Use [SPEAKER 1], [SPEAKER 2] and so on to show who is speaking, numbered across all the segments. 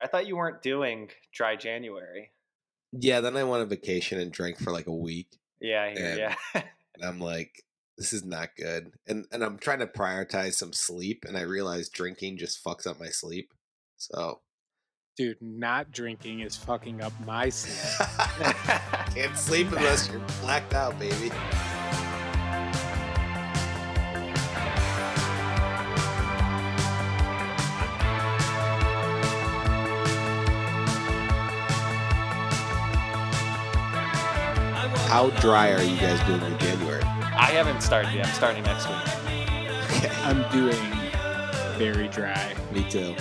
[SPEAKER 1] I thought you weren't doing dry January.
[SPEAKER 2] Yeah, then I went on vacation and drank for like a week.
[SPEAKER 1] Yeah, I hear
[SPEAKER 2] Yeah.
[SPEAKER 1] yeah.
[SPEAKER 2] And I'm like, this is not good. And and I'm trying to prioritize some sleep and I realize drinking just fucks up my sleep. So
[SPEAKER 3] Dude, not drinking is fucking up my sleep.
[SPEAKER 2] can't sleep unless you're blacked out, baby. How dry are you guys doing in January?
[SPEAKER 1] I haven't started yet. I'm starting next week.
[SPEAKER 3] I'm doing very dry,
[SPEAKER 2] Me too.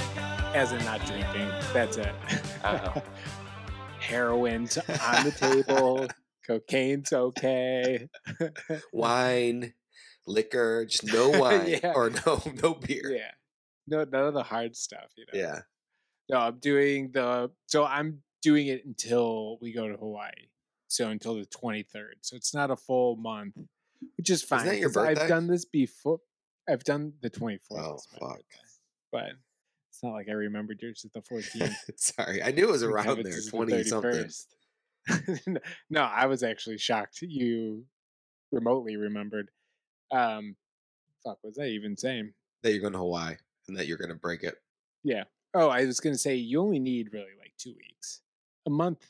[SPEAKER 3] as in not drinking. That's it.
[SPEAKER 1] Uh-oh.
[SPEAKER 3] Heroin's on the table. Cocaine's okay.
[SPEAKER 2] Wine, liquor, just no wine
[SPEAKER 3] Yeah.
[SPEAKER 2] or no no beer.
[SPEAKER 3] Yeah. No, none of the hard stuff. You know?
[SPEAKER 2] Yeah.
[SPEAKER 3] No, I'm doing the. So I'm doing it until we go to Hawaii. So until the 23rd. So it's not a full month, which is fine.
[SPEAKER 2] that your
[SPEAKER 3] 'cause
[SPEAKER 2] birthday?
[SPEAKER 3] I've done this before. I've done the 24th.
[SPEAKER 2] Oh
[SPEAKER 3] is my
[SPEAKER 2] fuck.
[SPEAKER 3] birthday, But it's not like I remembered yours is the 14th.
[SPEAKER 2] Sorry. I knew it was
[SPEAKER 3] and
[SPEAKER 2] around
[SPEAKER 3] Kevin's
[SPEAKER 2] there,
[SPEAKER 3] is the
[SPEAKER 2] twenty something.
[SPEAKER 3] 31st. no, I was actually shocked you remotely remembered. Um, fuck, was I even saying?
[SPEAKER 2] that you're going to Hawaii and that you're going to break it.
[SPEAKER 3] Oh, I was gonna say you only need really like two weeks. A month,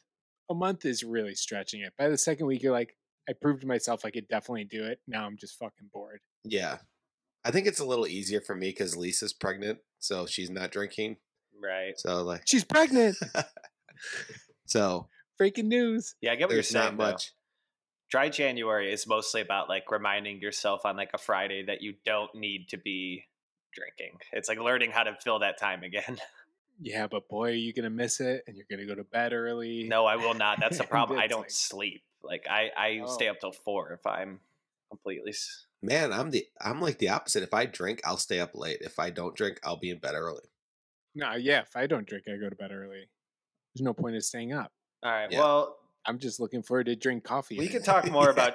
[SPEAKER 3] a month is really stretching it. By the second week, you're like, I proved to myself I could definitely do it. Now I'm just fucking bored.
[SPEAKER 2] Yeah. I think it's a little easier for me because Lisa's pregnant, so she's not drinking.
[SPEAKER 1] Right.
[SPEAKER 2] So like,
[SPEAKER 3] She's pregnant.
[SPEAKER 2] so
[SPEAKER 3] Freaking news.
[SPEAKER 1] Yeah, I get what
[SPEAKER 2] there's
[SPEAKER 1] you're
[SPEAKER 2] not
[SPEAKER 1] saying. though.
[SPEAKER 2] much.
[SPEAKER 1] Dry January is mostly about like reminding yourself on like a Friday that you don't need to be drinking. It's like learning how to fill that time again.
[SPEAKER 3] Yeah, but boy, are you gonna miss it, and you're gonna go to bed early.
[SPEAKER 1] no, I will not. That's the problem. I
[SPEAKER 3] It's
[SPEAKER 1] don't
[SPEAKER 3] like-
[SPEAKER 1] sleep. Like I I stay
[SPEAKER 3] Oh.
[SPEAKER 1] up till 4 if I'm completely s-
[SPEAKER 2] Man, I'm the I'm like the opposite. If I drink, I'll stay up late. If I don't drink, I'll be in bed early.
[SPEAKER 3] No, yeah. If I don't drink, I go to bed early. There's no point in staying up.
[SPEAKER 1] All right.
[SPEAKER 2] Yeah.
[SPEAKER 1] Well,
[SPEAKER 3] I'm just looking forward to drink coffee.
[SPEAKER 1] we
[SPEAKER 3] again.
[SPEAKER 1] could talk more
[SPEAKER 2] Yeah.
[SPEAKER 1] about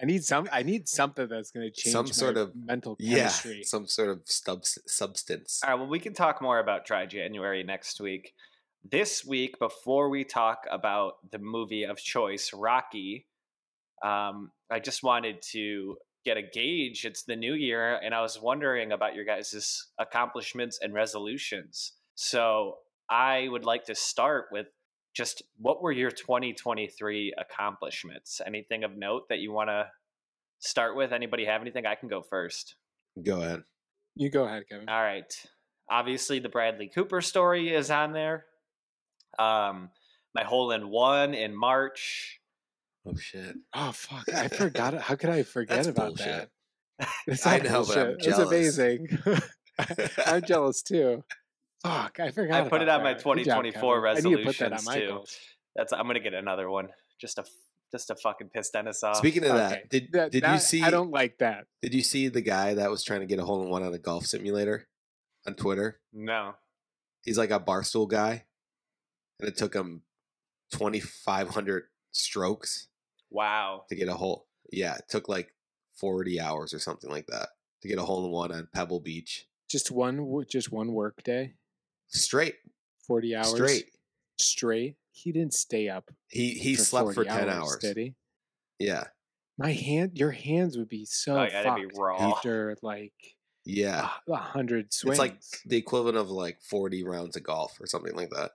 [SPEAKER 3] I need some. I need something that's going to change
[SPEAKER 2] Some
[SPEAKER 3] my
[SPEAKER 2] sort of-
[SPEAKER 3] mental
[SPEAKER 2] Yeah,
[SPEAKER 3] chemistry.
[SPEAKER 2] some sort of stub- substance.
[SPEAKER 1] All right. Well, we can talk more about Dry January next week. This week, before we talk about the movie of choice, Rocky, um, I just wanted to get a gauge. It's the new year, and I was wondering about your guys' accomplishments and resolutions. So I would like to start with just what were your 2023 accomplishments? Anything of note that you want to start with? Anybody have anything? I can go first.
[SPEAKER 2] Go ahead.
[SPEAKER 3] You go ahead, Kevin.
[SPEAKER 2] Uh,
[SPEAKER 1] All right. Obviously, the Bradley Cooper story is on there. Um, my hole in one in March.
[SPEAKER 2] Oh shit.
[SPEAKER 3] Oh fuck! I forgot. it. How could I forget
[SPEAKER 2] That's
[SPEAKER 3] about
[SPEAKER 2] bullshit.
[SPEAKER 3] that? It's
[SPEAKER 2] I
[SPEAKER 3] not
[SPEAKER 2] know, but I'm
[SPEAKER 3] bullshit. It's
[SPEAKER 2] jealous.
[SPEAKER 3] amazing. I'm jealous too. Fuck! I forgot.
[SPEAKER 1] I put it
[SPEAKER 3] about
[SPEAKER 1] on my
[SPEAKER 3] that. Good job,
[SPEAKER 1] 2024
[SPEAKER 3] Kevin. I need to put that on
[SPEAKER 1] resolutions,
[SPEAKER 3] my
[SPEAKER 1] too.
[SPEAKER 3] goals.
[SPEAKER 1] That's I'm gonna get another one just to f- just to fucking piss Dennis off.
[SPEAKER 2] Speaking of
[SPEAKER 3] okay.
[SPEAKER 2] that, did
[SPEAKER 3] That-
[SPEAKER 2] did you
[SPEAKER 3] that-
[SPEAKER 2] see
[SPEAKER 3] I don't like that.
[SPEAKER 2] did you see the guy that was trying to get a hole in one on a golf simulator on Twitter?
[SPEAKER 1] no,
[SPEAKER 2] he's like a barstool guy, and it took him twenty five hundred strokes
[SPEAKER 1] wow,
[SPEAKER 2] to get a hole. Yeah, it took like forty hours or something like that to get a hole in one on Pebble Beach,
[SPEAKER 3] Just one. w- Just one work day.
[SPEAKER 2] straight,
[SPEAKER 3] Forty hours
[SPEAKER 2] straight.
[SPEAKER 3] Straight. He didn't stay up.
[SPEAKER 2] He he
[SPEAKER 3] for
[SPEAKER 2] slept for
[SPEAKER 3] 40
[SPEAKER 2] ten
[SPEAKER 3] hours,
[SPEAKER 2] hours.
[SPEAKER 3] Did he?
[SPEAKER 2] Yeah,
[SPEAKER 3] My hand, your hands would be so
[SPEAKER 1] Oh, yeah, that'd be
[SPEAKER 3] fucked
[SPEAKER 1] raw.
[SPEAKER 3] after like
[SPEAKER 2] yeah.
[SPEAKER 3] a a hundred swings.
[SPEAKER 2] It's like the equivalent of like forty rounds of golf or something like that.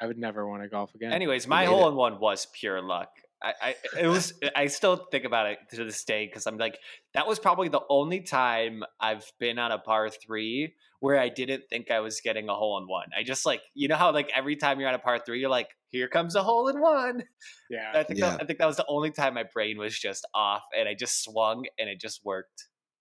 [SPEAKER 3] I would never want to golf again.
[SPEAKER 1] Anyways, my
[SPEAKER 2] made
[SPEAKER 1] hole
[SPEAKER 2] it.
[SPEAKER 1] in one was pure luck. I, I it was I still think about it to this day because I'm like that was probably the only time I've been on a par three where I didn't think I was getting a hole in one. I just like you know how like every time you're on a par three you're like here comes a hole in one.
[SPEAKER 3] yeah,
[SPEAKER 1] I think that, I think that was the only time my brain was just off and I just swung and it just worked.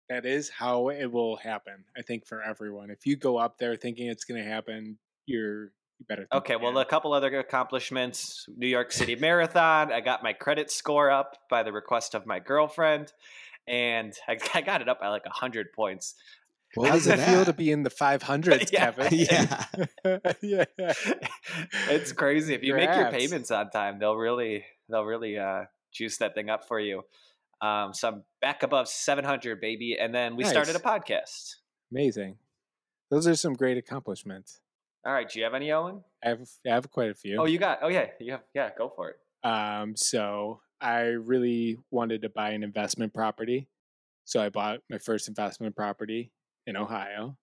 [SPEAKER 3] that is how it will happen. I think for everyone, if you go up there thinking it's going to happen, you're you better. think
[SPEAKER 1] Okay, well
[SPEAKER 3] again.
[SPEAKER 1] a couple other accomplishments: New York City Marathon. I got my credit score up by the request of my girlfriend. And I, I got it up by like hundred points.
[SPEAKER 2] What
[SPEAKER 3] How
[SPEAKER 2] was
[SPEAKER 3] does it
[SPEAKER 2] it
[SPEAKER 3] feel
[SPEAKER 2] at?
[SPEAKER 3] to be in the 500s,
[SPEAKER 1] Yeah.
[SPEAKER 3] Kevin?
[SPEAKER 2] yeah,
[SPEAKER 3] yeah.
[SPEAKER 1] it's crazy if you
[SPEAKER 3] Your
[SPEAKER 1] make your
[SPEAKER 3] abs.
[SPEAKER 1] payments on time they'll really they'll really uh juice that thing up for you um so i'm back above 700 baby and then we started a
[SPEAKER 3] Nice.
[SPEAKER 1] podcast
[SPEAKER 3] Amazing. Those are some great accomplishments.
[SPEAKER 1] All right. Do you have any, Owen?
[SPEAKER 3] I have I have quite a few.
[SPEAKER 1] Oh, you got. Oh, yeah. You have. Yeah. Go for it.
[SPEAKER 3] Um, so I really wanted to buy an investment property. So I bought my first investment property in Ohio.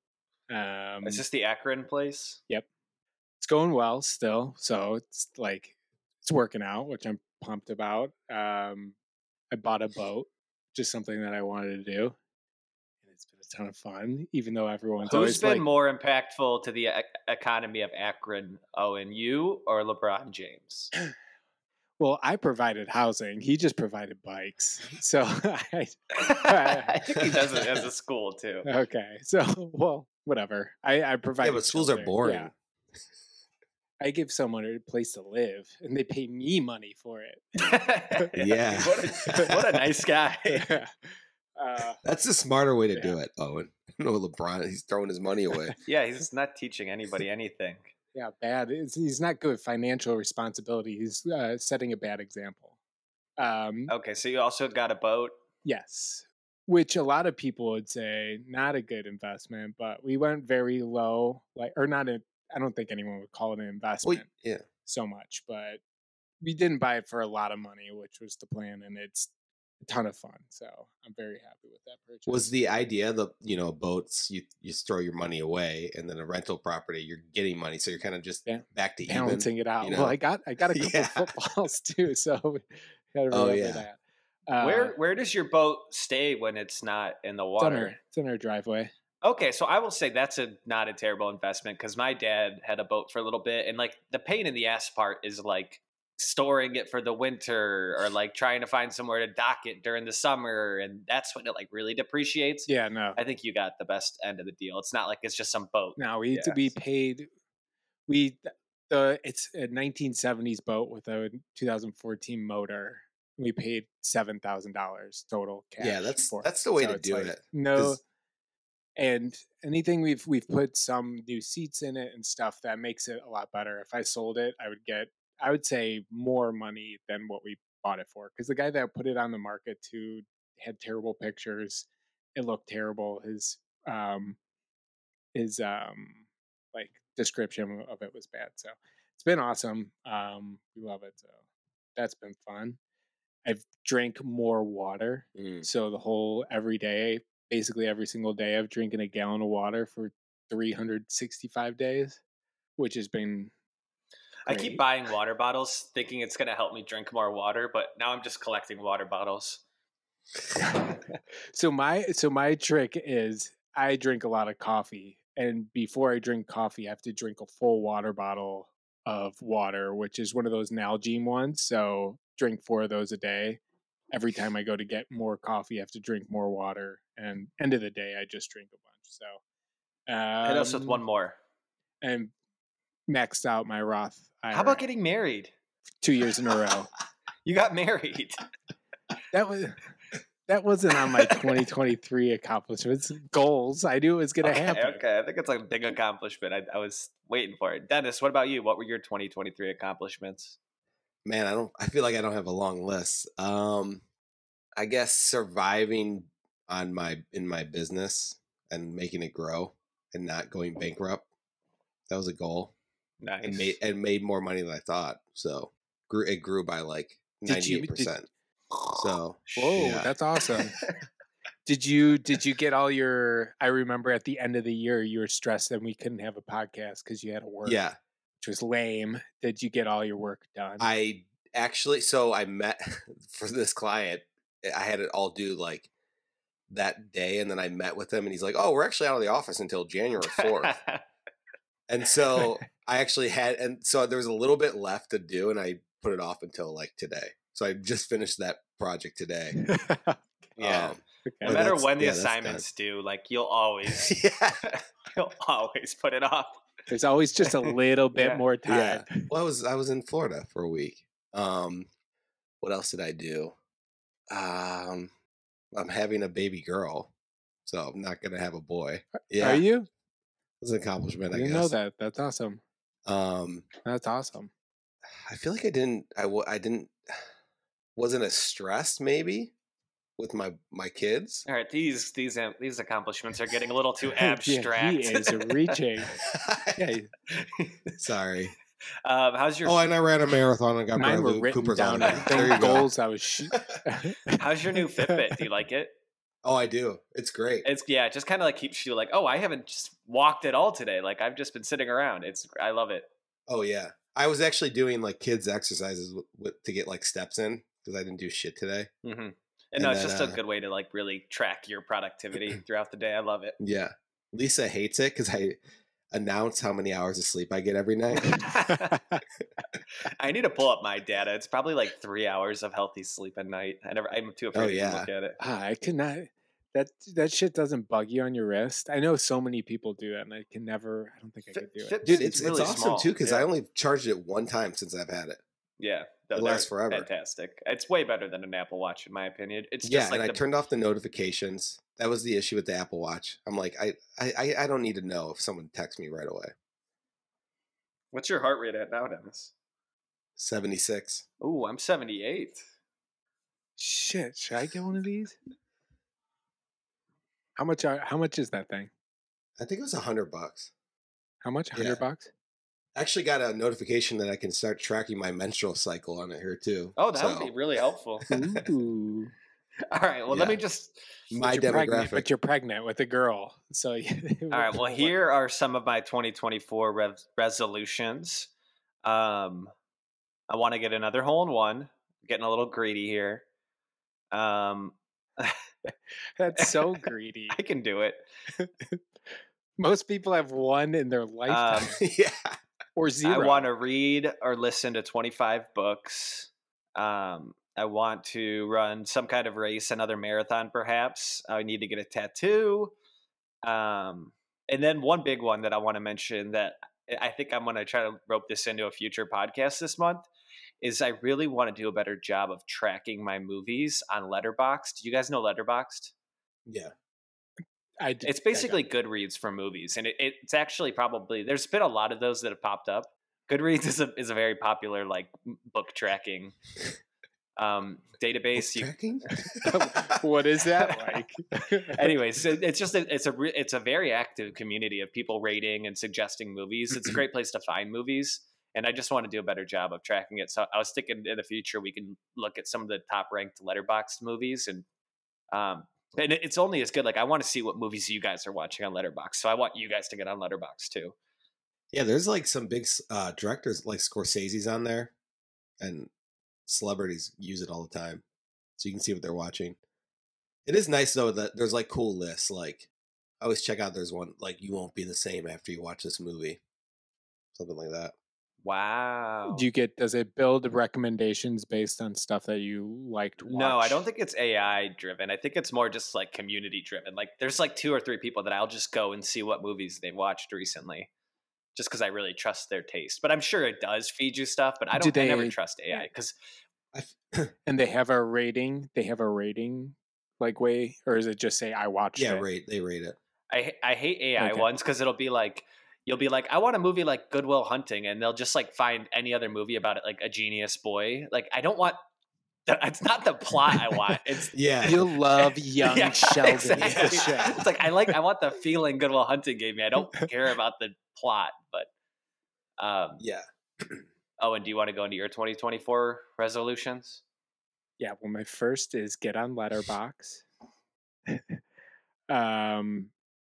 [SPEAKER 3] Um,
[SPEAKER 1] Is this the Akron place?
[SPEAKER 3] it's going well still. So it's like it's working out, which I'm pumped about. Um, I bought a boat, just something that I wanted to do, and it's been a ton of fun. Even though everyone's
[SPEAKER 1] Who's
[SPEAKER 3] always
[SPEAKER 1] been
[SPEAKER 3] like,
[SPEAKER 1] more impactful to the e- economy of Akron, Owen, you or LeBron James?
[SPEAKER 3] "Well, I provided housing; he just provided bikes." So I,
[SPEAKER 1] I think he does it as a school too.
[SPEAKER 3] okay, so well, whatever. I I provide.
[SPEAKER 2] but schools are boring.
[SPEAKER 3] I give someone a place to live, and they pay me money for
[SPEAKER 2] Yeah.
[SPEAKER 1] What a, what a nice guy.
[SPEAKER 3] it. uh,
[SPEAKER 2] That's the smarter way to do it, Owen. No, LeBron, he's throwing his money away.
[SPEAKER 1] Yeah, he's just not teaching anybody anything.
[SPEAKER 3] Yeah, bad. It's, he's not good with financial responsibility. He's uh, setting a bad example. Um,
[SPEAKER 2] Oh.
[SPEAKER 1] Okay, so you also got a boat.
[SPEAKER 3] Yes, which a lot of people would say not a good investment, but we went very low, like or not a. I don't think anyone would call it an
[SPEAKER 2] Well,
[SPEAKER 3] investment
[SPEAKER 2] yeah.
[SPEAKER 3] so much, but we didn't buy it for a lot of money, which was the plan, and it's a ton of fun. So I'm very happy with that purchase.
[SPEAKER 2] Was the idea the you know boats you you throw your money away and then a rental property you're getting money so you're kind of just
[SPEAKER 3] Yeah.
[SPEAKER 2] back to even.
[SPEAKER 3] balancing it out?
[SPEAKER 2] you
[SPEAKER 3] Well,
[SPEAKER 2] know?
[SPEAKER 3] I got I got a couple
[SPEAKER 2] Yeah.
[SPEAKER 3] footballs too, so gotta remember
[SPEAKER 2] Oh, yeah.
[SPEAKER 3] that. Uh,
[SPEAKER 1] Where where does your boat stay when it's not in the
[SPEAKER 3] it's on,
[SPEAKER 1] water?
[SPEAKER 3] our, it's on our driveway.
[SPEAKER 1] Okay, so I will say that's a not a terrible investment because my dad had a boat for a little bit, and like the pain in the ass part is like storing it for the winter or like trying to find somewhere to dock it during the summer, and that's when it like really depreciates.
[SPEAKER 3] Yeah, no,
[SPEAKER 1] I think you got the best end of the deal. It's not like it's just some boat.
[SPEAKER 3] no. We to be paid. We th- the it's a 1970s boat with a 2014 motor. We paid seven thousand dollars total. Cash
[SPEAKER 2] Yeah, that's
[SPEAKER 3] for
[SPEAKER 2] that's the way to
[SPEAKER 3] it's
[SPEAKER 2] do
[SPEAKER 3] like,
[SPEAKER 2] it.
[SPEAKER 3] No,
[SPEAKER 2] 'cause-
[SPEAKER 3] and anything we've we've put some new seats in it and stuff that makes it a lot better. If I sold it, I would get I would say more money than what we bought it for because the guy that put it on the market too had terrible pictures. It looked terrible. His um his um like description of it was bad. So it's been awesome. Um we love it. So that's been fun. I've drank more water
[SPEAKER 2] Mm.
[SPEAKER 3] so the whole every day, basically every single day, I've drinking a gallon of water for 365 days, which has been.
[SPEAKER 1] I keep
[SPEAKER 3] great.
[SPEAKER 1] buying water bottles thinking it's going to help me drink more water, but now I'm just collecting water bottles.
[SPEAKER 3] so my so my trick is I drink a lot of coffee, and before I drink coffee, I have to drink a full water bottle of water, which is one of those Nalgene ones. So drink four of those a day. Every time I go to get more coffee, I have to drink more water, and end of the day, I just drink a bunch. So. Um,
[SPEAKER 1] Hit us with one more.
[SPEAKER 3] and maxed out my Roth. IRA
[SPEAKER 1] How about getting married?
[SPEAKER 3] two years in a row?
[SPEAKER 1] You got married.
[SPEAKER 3] That was that wasn't on my 2023 accomplishments goals. I knew it was going to
[SPEAKER 1] okay,
[SPEAKER 3] happen.
[SPEAKER 1] Okay, I think it's like a big accomplishment. I, I was waiting for it. Dennis, what about you? What were your 2023 accomplishments?
[SPEAKER 2] man, I don't I feel like I don't have a long list. Um I guess surviving on my in my business and making it grow and not going bankrupt. That was a goal.
[SPEAKER 1] Nice.
[SPEAKER 2] and made and made more money than I thought. So grew it grew by like
[SPEAKER 3] Did
[SPEAKER 2] ninety
[SPEAKER 3] you-
[SPEAKER 2] eight percent. So
[SPEAKER 3] Whoa,
[SPEAKER 2] Yeah.
[SPEAKER 3] that's awesome. Did you did you get all your? I remember at the end of the year you were stressed and we couldn't have a podcast because you had to work.
[SPEAKER 2] yeah,
[SPEAKER 3] which was lame. Did you get all your work done?
[SPEAKER 2] I actually so I met for this client. eh, I had it all due like that day, and then I met with him, and he's like, "Oh, we're actually out of the office until January 4th. and so I actually had, and so there was a little bit left to do, and I put it off until like today. So I just finished that project today.
[SPEAKER 1] yeah.
[SPEAKER 2] Um,
[SPEAKER 1] no
[SPEAKER 2] but
[SPEAKER 1] matter
[SPEAKER 3] Okay.
[SPEAKER 2] that's-
[SPEAKER 1] when the
[SPEAKER 2] yeah, that's kinda-
[SPEAKER 1] assignments due, like you'll always,
[SPEAKER 2] yeah.
[SPEAKER 1] you'll always put it off.
[SPEAKER 3] There's always just a little bit
[SPEAKER 1] Yeah.
[SPEAKER 3] more time.
[SPEAKER 2] Yeah. Well, I was I was in Florida for a week. Um, what else did I do? Um, I'm having a baby girl, so I'm not gonna have a boy. Yeah,
[SPEAKER 3] Are you?
[SPEAKER 2] it's an accomplishment.
[SPEAKER 3] I
[SPEAKER 2] I,
[SPEAKER 3] didn't
[SPEAKER 2] guess.
[SPEAKER 3] know that. That's awesome.
[SPEAKER 2] Um,
[SPEAKER 3] That's awesome.
[SPEAKER 2] I feel like I didn't. I w- I didn't. Wasn't as stressed maybe with my my kids.
[SPEAKER 1] All right, these these am- these accomplishments are getting a little too
[SPEAKER 3] Yeah,
[SPEAKER 1] abstract.
[SPEAKER 3] he is reaching. Yeah,
[SPEAKER 2] Sorry.
[SPEAKER 1] um, how's your
[SPEAKER 2] Oh, and I ran a marathon and got
[SPEAKER 3] mine
[SPEAKER 2] Brian
[SPEAKER 3] were
[SPEAKER 2] Luke
[SPEAKER 3] written
[SPEAKER 2] Cooper's
[SPEAKER 3] down.
[SPEAKER 2] on it.
[SPEAKER 3] as
[SPEAKER 2] There you go.
[SPEAKER 3] goals I was. Sh-
[SPEAKER 1] how's your new Fitbit? Do you like it?
[SPEAKER 2] Oh, I do. It's great.
[SPEAKER 1] It's yeah, it just kind of like keeps you like, oh, I haven't just walked at all today. Like I've just been sitting around. It's I love it.
[SPEAKER 2] Oh yeah, I was actually doing like kids exercises w- w- to get like steps in because I didn't do shit today.
[SPEAKER 1] hmm And,
[SPEAKER 2] And
[SPEAKER 1] no, it's
[SPEAKER 2] then,
[SPEAKER 1] just a
[SPEAKER 2] uh,
[SPEAKER 1] good way to like really track your productivity throughout the day. I love it.
[SPEAKER 2] Yeah, Lisa hates it because I announce how many hours of sleep I get every night.
[SPEAKER 1] I need to pull up my data. It's probably like three hours of healthy sleep a night. I never. I'm too afraid to even
[SPEAKER 2] Oh, yeah.
[SPEAKER 1] look at it.
[SPEAKER 3] Ah, I could not. That that shit doesn't bug you on your wrist. I know so many people do that, and I can never. I don't think I could
[SPEAKER 1] Fit-
[SPEAKER 3] do it.
[SPEAKER 1] Fitbits
[SPEAKER 2] Dude,
[SPEAKER 1] is
[SPEAKER 2] it's it's,
[SPEAKER 1] really
[SPEAKER 2] awesome
[SPEAKER 1] small.
[SPEAKER 2] too because I
[SPEAKER 1] Yeah.
[SPEAKER 2] only charged it one time since I've had it.
[SPEAKER 1] Yeah, th-
[SPEAKER 2] It
[SPEAKER 1] they're
[SPEAKER 2] lasts forever.
[SPEAKER 1] Fantastic. It's way better than an Apple Watch, in my opinion. It's
[SPEAKER 2] yeah,
[SPEAKER 1] just like
[SPEAKER 2] and
[SPEAKER 1] the,
[SPEAKER 2] I turned off the notifications. That was the issue with the Apple Watch. I'm like, I I I- I don't need to know if someone texts me right away.
[SPEAKER 1] what's your heart rate at now, Dennis?
[SPEAKER 2] Seventy six.
[SPEAKER 1] Oh, I'm 78.
[SPEAKER 3] Shit, should I get one of these? How much? Are, how much is that thing?
[SPEAKER 2] I think it was a hundred bucks.
[SPEAKER 3] How much? Hundred
[SPEAKER 2] Yeah.
[SPEAKER 3] bucks?
[SPEAKER 2] I actually got a notification that I can start tracking my menstrual cycle on it here too.
[SPEAKER 1] Oh, that would
[SPEAKER 2] So,
[SPEAKER 1] be really helpful.
[SPEAKER 3] Ooh,
[SPEAKER 1] All right. Well, let me
[SPEAKER 2] Yeah.
[SPEAKER 1] just.
[SPEAKER 2] my
[SPEAKER 3] But you're
[SPEAKER 2] demographic.
[SPEAKER 3] pregnant- but you're pregnant with a girl, so.
[SPEAKER 1] All right. Well, here are some of my 2024 rev- resolutions. Um, I want to get another hole in one. Getting a little greedy here. Um,
[SPEAKER 3] That's so greedy.
[SPEAKER 1] I can do it.
[SPEAKER 3] Most people have one in their
[SPEAKER 1] Um,
[SPEAKER 3] lifetime
[SPEAKER 2] yeah.
[SPEAKER 3] or zero.
[SPEAKER 1] Uh, I want to read or listen to 25 books. Um, I want to run some kind of race, another marathon, perhaps. I need to get a tattoo. Um, and then one big one that I want to mention that I I think I'm going to try to rope this into a future podcast this month is I really want to do a better job of tracking my movies on Letterboxd. Do you guys know Letterboxd?
[SPEAKER 2] Yeah.
[SPEAKER 3] I d-
[SPEAKER 1] It's
[SPEAKER 3] I got
[SPEAKER 1] basically Goodreads for movies, and it, it's actually probably there's been a lot of those that have popped up. Goodreads is a is a very popular like m- book tracking um, database. You,
[SPEAKER 2] Tracking?
[SPEAKER 3] what is that like?
[SPEAKER 1] anyways, it- it's just a, it's a re, it's a very active community of people rating and suggesting movies.
[SPEAKER 3] Mm-hmm.
[SPEAKER 1] It's a great place to find movies, and I just want to do a better job of tracking it. So I was thinking in the future we can look at some of the top ranked letterboxed movies and. Um, and it- it's only as good. Like I want to see what movies you guys are watching on Letterbox, so I want you guys to get on Letterbox too.
[SPEAKER 2] yeah, there's like some big s- uh, directors like Scorsese's on there, and celebrities use it all the time, so you can see what they're watching. It is nice though that there's like cool lists. Like, I always check out. There's one like you won't be the same after you watch this movie, something like that.
[SPEAKER 1] Wow.
[SPEAKER 3] Do you get? Does it build recommendations based on stuff that you liked? Watch?
[SPEAKER 1] no, I don't think it's AI driven. I think it's more just like community driven. Like there's like two or three people that I'll just go and see what movies they watched recently, just because I really trust their taste. But I'm sure it does feed you stuff. But I
[SPEAKER 3] Do
[SPEAKER 1] don't. I never
[SPEAKER 3] they-
[SPEAKER 1] trust AI because
[SPEAKER 3] And they have a rating. They have a rating, like way, or is it just say I watched?
[SPEAKER 2] Yeah,
[SPEAKER 3] it?
[SPEAKER 2] rate they rate it.
[SPEAKER 1] I ha- I hate AI
[SPEAKER 3] Okay.
[SPEAKER 1] ones because it'll be like you'll be like I want a movie like Goodwill Hunting, and they'll just like find any other movie about it, like A Genius Boy. Like I don't want. That's not the plot I want. It's
[SPEAKER 2] Yeah,
[SPEAKER 3] You'll love young
[SPEAKER 1] Yeah,
[SPEAKER 3] Sheldon.
[SPEAKER 1] exactly.
[SPEAKER 3] It's a show.
[SPEAKER 1] It's like I like I want the feeling Goodwill Hunting gave me. I don't care about the plot, but um
[SPEAKER 2] yeah.
[SPEAKER 1] Owen, do you want to go into your 2024 resolutions?
[SPEAKER 3] Yeah. Well, my first is get on Letterbox. um,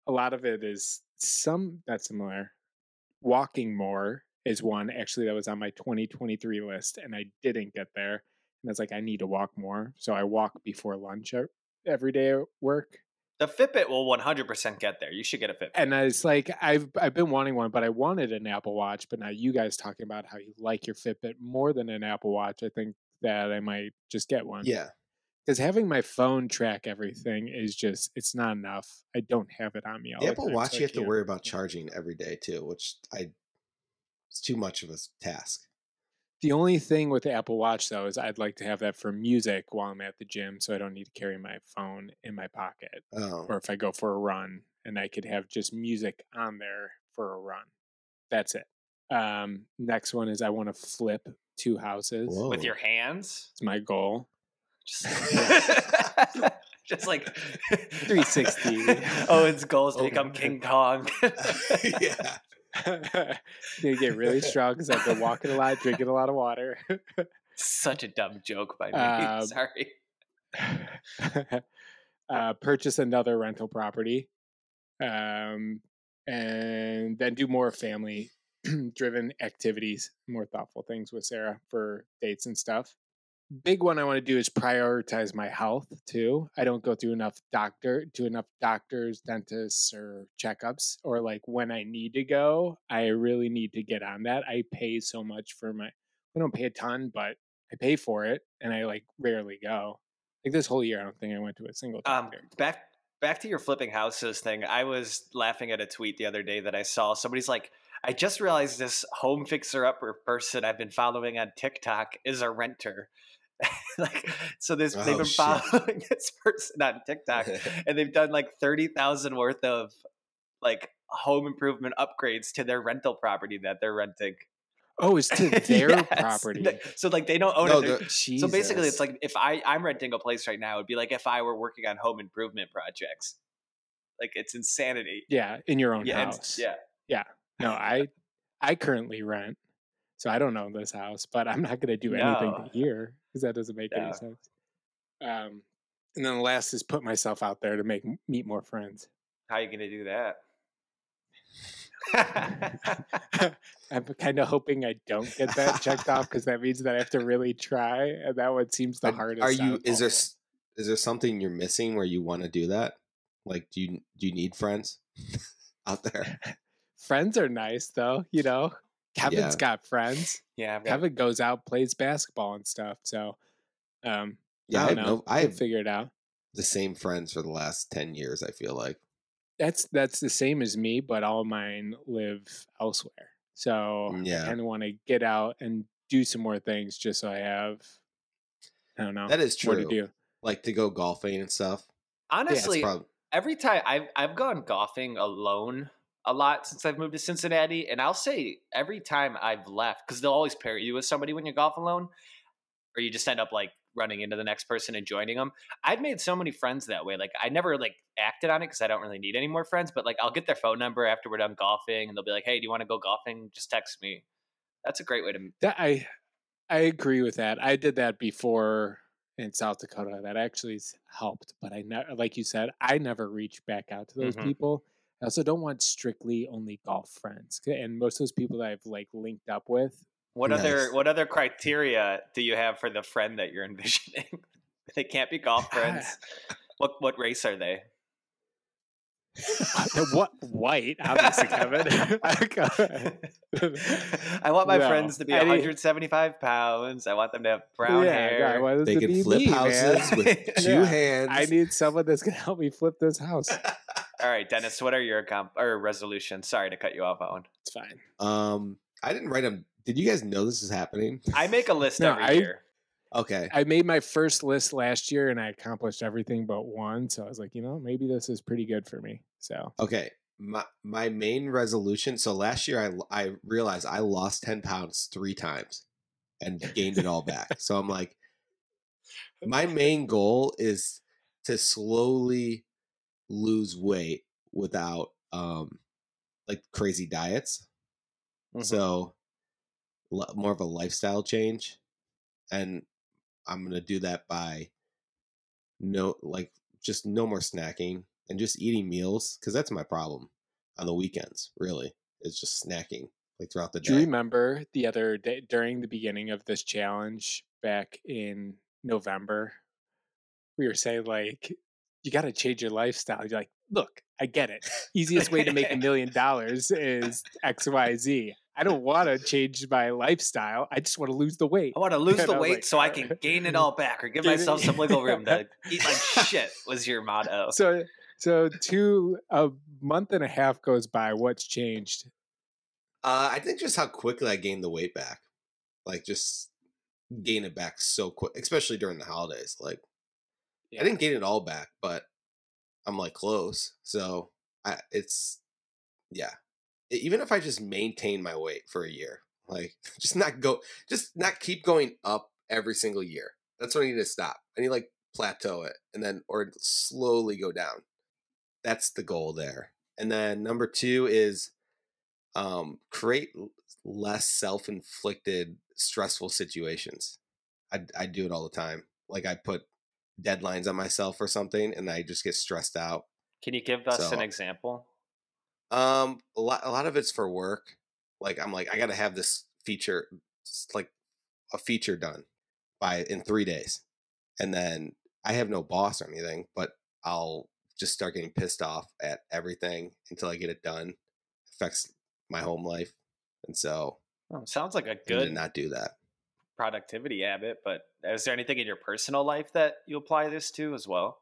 [SPEAKER 3] a lot of it is some that's similar. Walking more is one actually that was on my 2023 list, and I didn't get there. And I was like, I need to walk more, so I walk before lunch e- every day at work.
[SPEAKER 1] The Fitbit will 100% get there. You should get a Fitbit.
[SPEAKER 3] and it's like I've I've been wanting one, but I wanted an Apple Watch. But now you guys talking about how you like your Fitbit more than an Apple Watch, I think that I might just get one.
[SPEAKER 2] Yeah,
[SPEAKER 3] because having my phone track everything is just it's not enough. I don't have it on me. All
[SPEAKER 2] the
[SPEAKER 3] the
[SPEAKER 2] Apple
[SPEAKER 3] time,
[SPEAKER 2] Watch
[SPEAKER 3] so I
[SPEAKER 2] you have to
[SPEAKER 3] can't.
[SPEAKER 2] worry about charging every day too, which I it's too much of a s- task.
[SPEAKER 3] The only thing with the Apple Watch though is I'd like to have that for music while I'm at the gym, so I don't need to carry my phone in my pocket.
[SPEAKER 2] Oh,
[SPEAKER 3] Or if I go for a run, and I could have just music on there for a run. That's it. Um, next one is I want to flip two houses.
[SPEAKER 1] Oh.
[SPEAKER 2] whoa.
[SPEAKER 1] With your hands?
[SPEAKER 3] It's my goal.
[SPEAKER 1] Just, just like
[SPEAKER 3] 360.
[SPEAKER 1] Owen's goal is to
[SPEAKER 2] Oh.
[SPEAKER 1] become King Kong.
[SPEAKER 2] yeah.
[SPEAKER 3] you get really strong because I've been walking a lot, drinking a lot of water.
[SPEAKER 1] Such a dumb joke by me.
[SPEAKER 3] Um,
[SPEAKER 1] Sorry.
[SPEAKER 3] uh, purchase another rental property, um, and then do more family driven activities, more thoughtful things with Sarah for dates and stuff. Big one I want to do is prioritize my health too. I don't go through enough doctor to enough doctors, dentists, or checkups, or like when I need to go. I really need to get on that. I pay so much for my. I don't pay a ton, but I pay for it, and I like rarely go. Like this whole year, I don't think I went to a single
[SPEAKER 1] Um,
[SPEAKER 3] doctor.
[SPEAKER 1] back back to your flipping houses thing. I was laughing at a tweet the other day that I saw. Somebody's like, "I just realized this home fixer upper person I've been following on TikTok is a renter." like, so this they've
[SPEAKER 2] Oh,
[SPEAKER 1] been
[SPEAKER 2] shit.
[SPEAKER 1] following this person on TikTok, and they've done like thirty thousand worth of like home improvement upgrades to their rental property that they're renting.
[SPEAKER 3] oh, it's to their
[SPEAKER 1] Yes.
[SPEAKER 3] property.
[SPEAKER 1] They- So like they don't own
[SPEAKER 2] No,
[SPEAKER 1] it. They're-
[SPEAKER 2] the-
[SPEAKER 1] So basically, it's
[SPEAKER 3] Jesus.
[SPEAKER 1] like if I I'm renting a place right now, it'd be like if I were working on home improvement projects. Like it's insanity.
[SPEAKER 3] yeah, in your own
[SPEAKER 1] yeah, and-
[SPEAKER 3] house.
[SPEAKER 1] yeah.
[SPEAKER 3] No, I I currently rent, so I don't own this house, but I'm not going to do anything
[SPEAKER 1] No.
[SPEAKER 3] to here because that doesn't make
[SPEAKER 1] No.
[SPEAKER 3] any sense. Um, and then the last is put myself out there to make meet more friends.
[SPEAKER 1] How you gonna do that?
[SPEAKER 3] I'm kind of hoping I don't get that checked off because that means that I have to really try, and that one seems the
[SPEAKER 2] Are-
[SPEAKER 3] hardest.
[SPEAKER 2] Are
[SPEAKER 3] out
[SPEAKER 2] you?
[SPEAKER 3] of
[SPEAKER 2] Is there?
[SPEAKER 3] all.
[SPEAKER 2] s- Is there something you're missing where you want to do that? Like, do you do you need friends out there?
[SPEAKER 3] friends are nice though? You know, Kevin's
[SPEAKER 2] Yeah.
[SPEAKER 3] got friends.
[SPEAKER 1] yeah, I've got,
[SPEAKER 3] Kevin goes out, plays basketball and stuff. So, um,
[SPEAKER 2] Yeah, I,
[SPEAKER 3] don't
[SPEAKER 2] have
[SPEAKER 3] know.
[SPEAKER 2] no. I
[SPEAKER 3] We'll
[SPEAKER 2] have
[SPEAKER 3] figure it out.
[SPEAKER 2] the same friends for the last ten years. I feel like.
[SPEAKER 3] that's that's the same as me, but all mine live elsewhere. So I
[SPEAKER 2] Mm, Yeah.
[SPEAKER 3] kind of want to get out and do some more things, just so I have, I don't know,
[SPEAKER 2] That is
[SPEAKER 3] more to
[SPEAKER 2] true.
[SPEAKER 3] Oh, do.
[SPEAKER 2] Like to go golfing and stuff. That's
[SPEAKER 1] honestly,
[SPEAKER 2] prob-
[SPEAKER 1] every time I've I've gone golfing alone a lot since I've moved to Cincinnati, and I'll say every time I've left because they'll always pair you with somebody when you golf alone, or you just end up like running into the next person and joining them. I've made so many friends that way. Like I never like acted on it because I don't really need any more friends, but like I'll get their phone number after we're done golfing, and they'll be like, "Hey, do you want to go golfing? Just text me." That's a great way to.
[SPEAKER 3] That I I agree with that. I did that before in South Dakota. That actually s- helped, but I never, like you said, I never reach back out to those
[SPEAKER 2] Mm-hmm.
[SPEAKER 1] Mhm.
[SPEAKER 3] people. I also don't want strictly only golf friends, 'Kay, and most of those people that I've like linked up with.
[SPEAKER 1] What other
[SPEAKER 2] Nice.
[SPEAKER 1] what other criteria do you have for the friend that you're envisioning? they can't be golf friends. what what race are they?
[SPEAKER 3] uh, what white? Obviously, Kevin. uh,
[SPEAKER 1] I want my
[SPEAKER 3] No.
[SPEAKER 1] friends to be
[SPEAKER 3] I need-
[SPEAKER 1] 175 pounds. I want them to have brown hair.
[SPEAKER 3] God, why does
[SPEAKER 2] they
[SPEAKER 3] it
[SPEAKER 2] can
[SPEAKER 3] be
[SPEAKER 2] flip
[SPEAKER 3] me, man?
[SPEAKER 2] houses with two
[SPEAKER 3] Yeah.
[SPEAKER 2] hands.
[SPEAKER 3] I need someone that's gonna help me flip this house.
[SPEAKER 1] All right, Dennis, what are your comp- or resolutions? Sorry to cut you off, Owen.
[SPEAKER 3] It's fine.
[SPEAKER 2] um, I didn't write them. Did you guys know this is happening?
[SPEAKER 1] I make a list
[SPEAKER 3] No,
[SPEAKER 1] every
[SPEAKER 3] I-
[SPEAKER 1] year.
[SPEAKER 2] Okay.
[SPEAKER 3] I made my first list last year and I accomplished everything but one. So I was like, you know, maybe this is pretty good for me. So
[SPEAKER 2] Okay. My my main resolution. So last year I l- I realized I lost ten pounds three times, and gained it all back. So I'm like, my main goal is to slowly lose weight without um like crazy diets.
[SPEAKER 3] Mm-hmm.
[SPEAKER 1] Mhm.
[SPEAKER 2] So l- more of a lifestyle change, and I'm gonna do that by no like just no more snacking and just eating meals because that's my problem on the weekends. Really, it's just snacking like throughout the
[SPEAKER 3] do you
[SPEAKER 2] day.
[SPEAKER 3] remember the other day during the beginning of this challenge back in November? We were saying like you gotta change your lifestyle. You're like, look, I get it. Easiest way to make a million dollars is XYZ. I don't wanna change my lifestyle. I just wanna lose the weight.
[SPEAKER 1] I
[SPEAKER 2] Oh.
[SPEAKER 1] want to lose
[SPEAKER 3] And
[SPEAKER 1] the
[SPEAKER 3] I was
[SPEAKER 1] weight
[SPEAKER 3] like,
[SPEAKER 1] so I can gain it all back or give
[SPEAKER 3] Gain it-
[SPEAKER 1] myself some wiggle room to eat like shit, was your motto.
[SPEAKER 3] so so two a month and a half goes by what's changed
[SPEAKER 2] Uh, I think just how quickly I gained the weight back, like just gain it back so quick, especially during the holidays. Like I didn't gain it all back, but I'm like close. So I, it's yeah. E- Even if I just maintain my weight for a year, like just not go, just not keep going up every single year. That's when I need to stop. I need like plateau it and then or slowly go down. That's the goal there. And then number two is um, create l- less self-inflicted stressful situations. I, I do it all the time. Like I put deadlines on myself or something, and I just get stressed out.
[SPEAKER 1] Can you give us
[SPEAKER 2] So-
[SPEAKER 1] an example?
[SPEAKER 2] Um, a lot a lot of it's for work. Like I'm like I got to have this feature, s- like a feature done by in three days, and then I have no boss or anything, but I'll just start getting pissed off at everything until I get it done. Affects my home life, and so
[SPEAKER 1] Oh, sounds like a
[SPEAKER 2] I need to
[SPEAKER 1] good
[SPEAKER 2] not do that.
[SPEAKER 1] productivity habit, but is there anything in your personal life that you apply this to as well?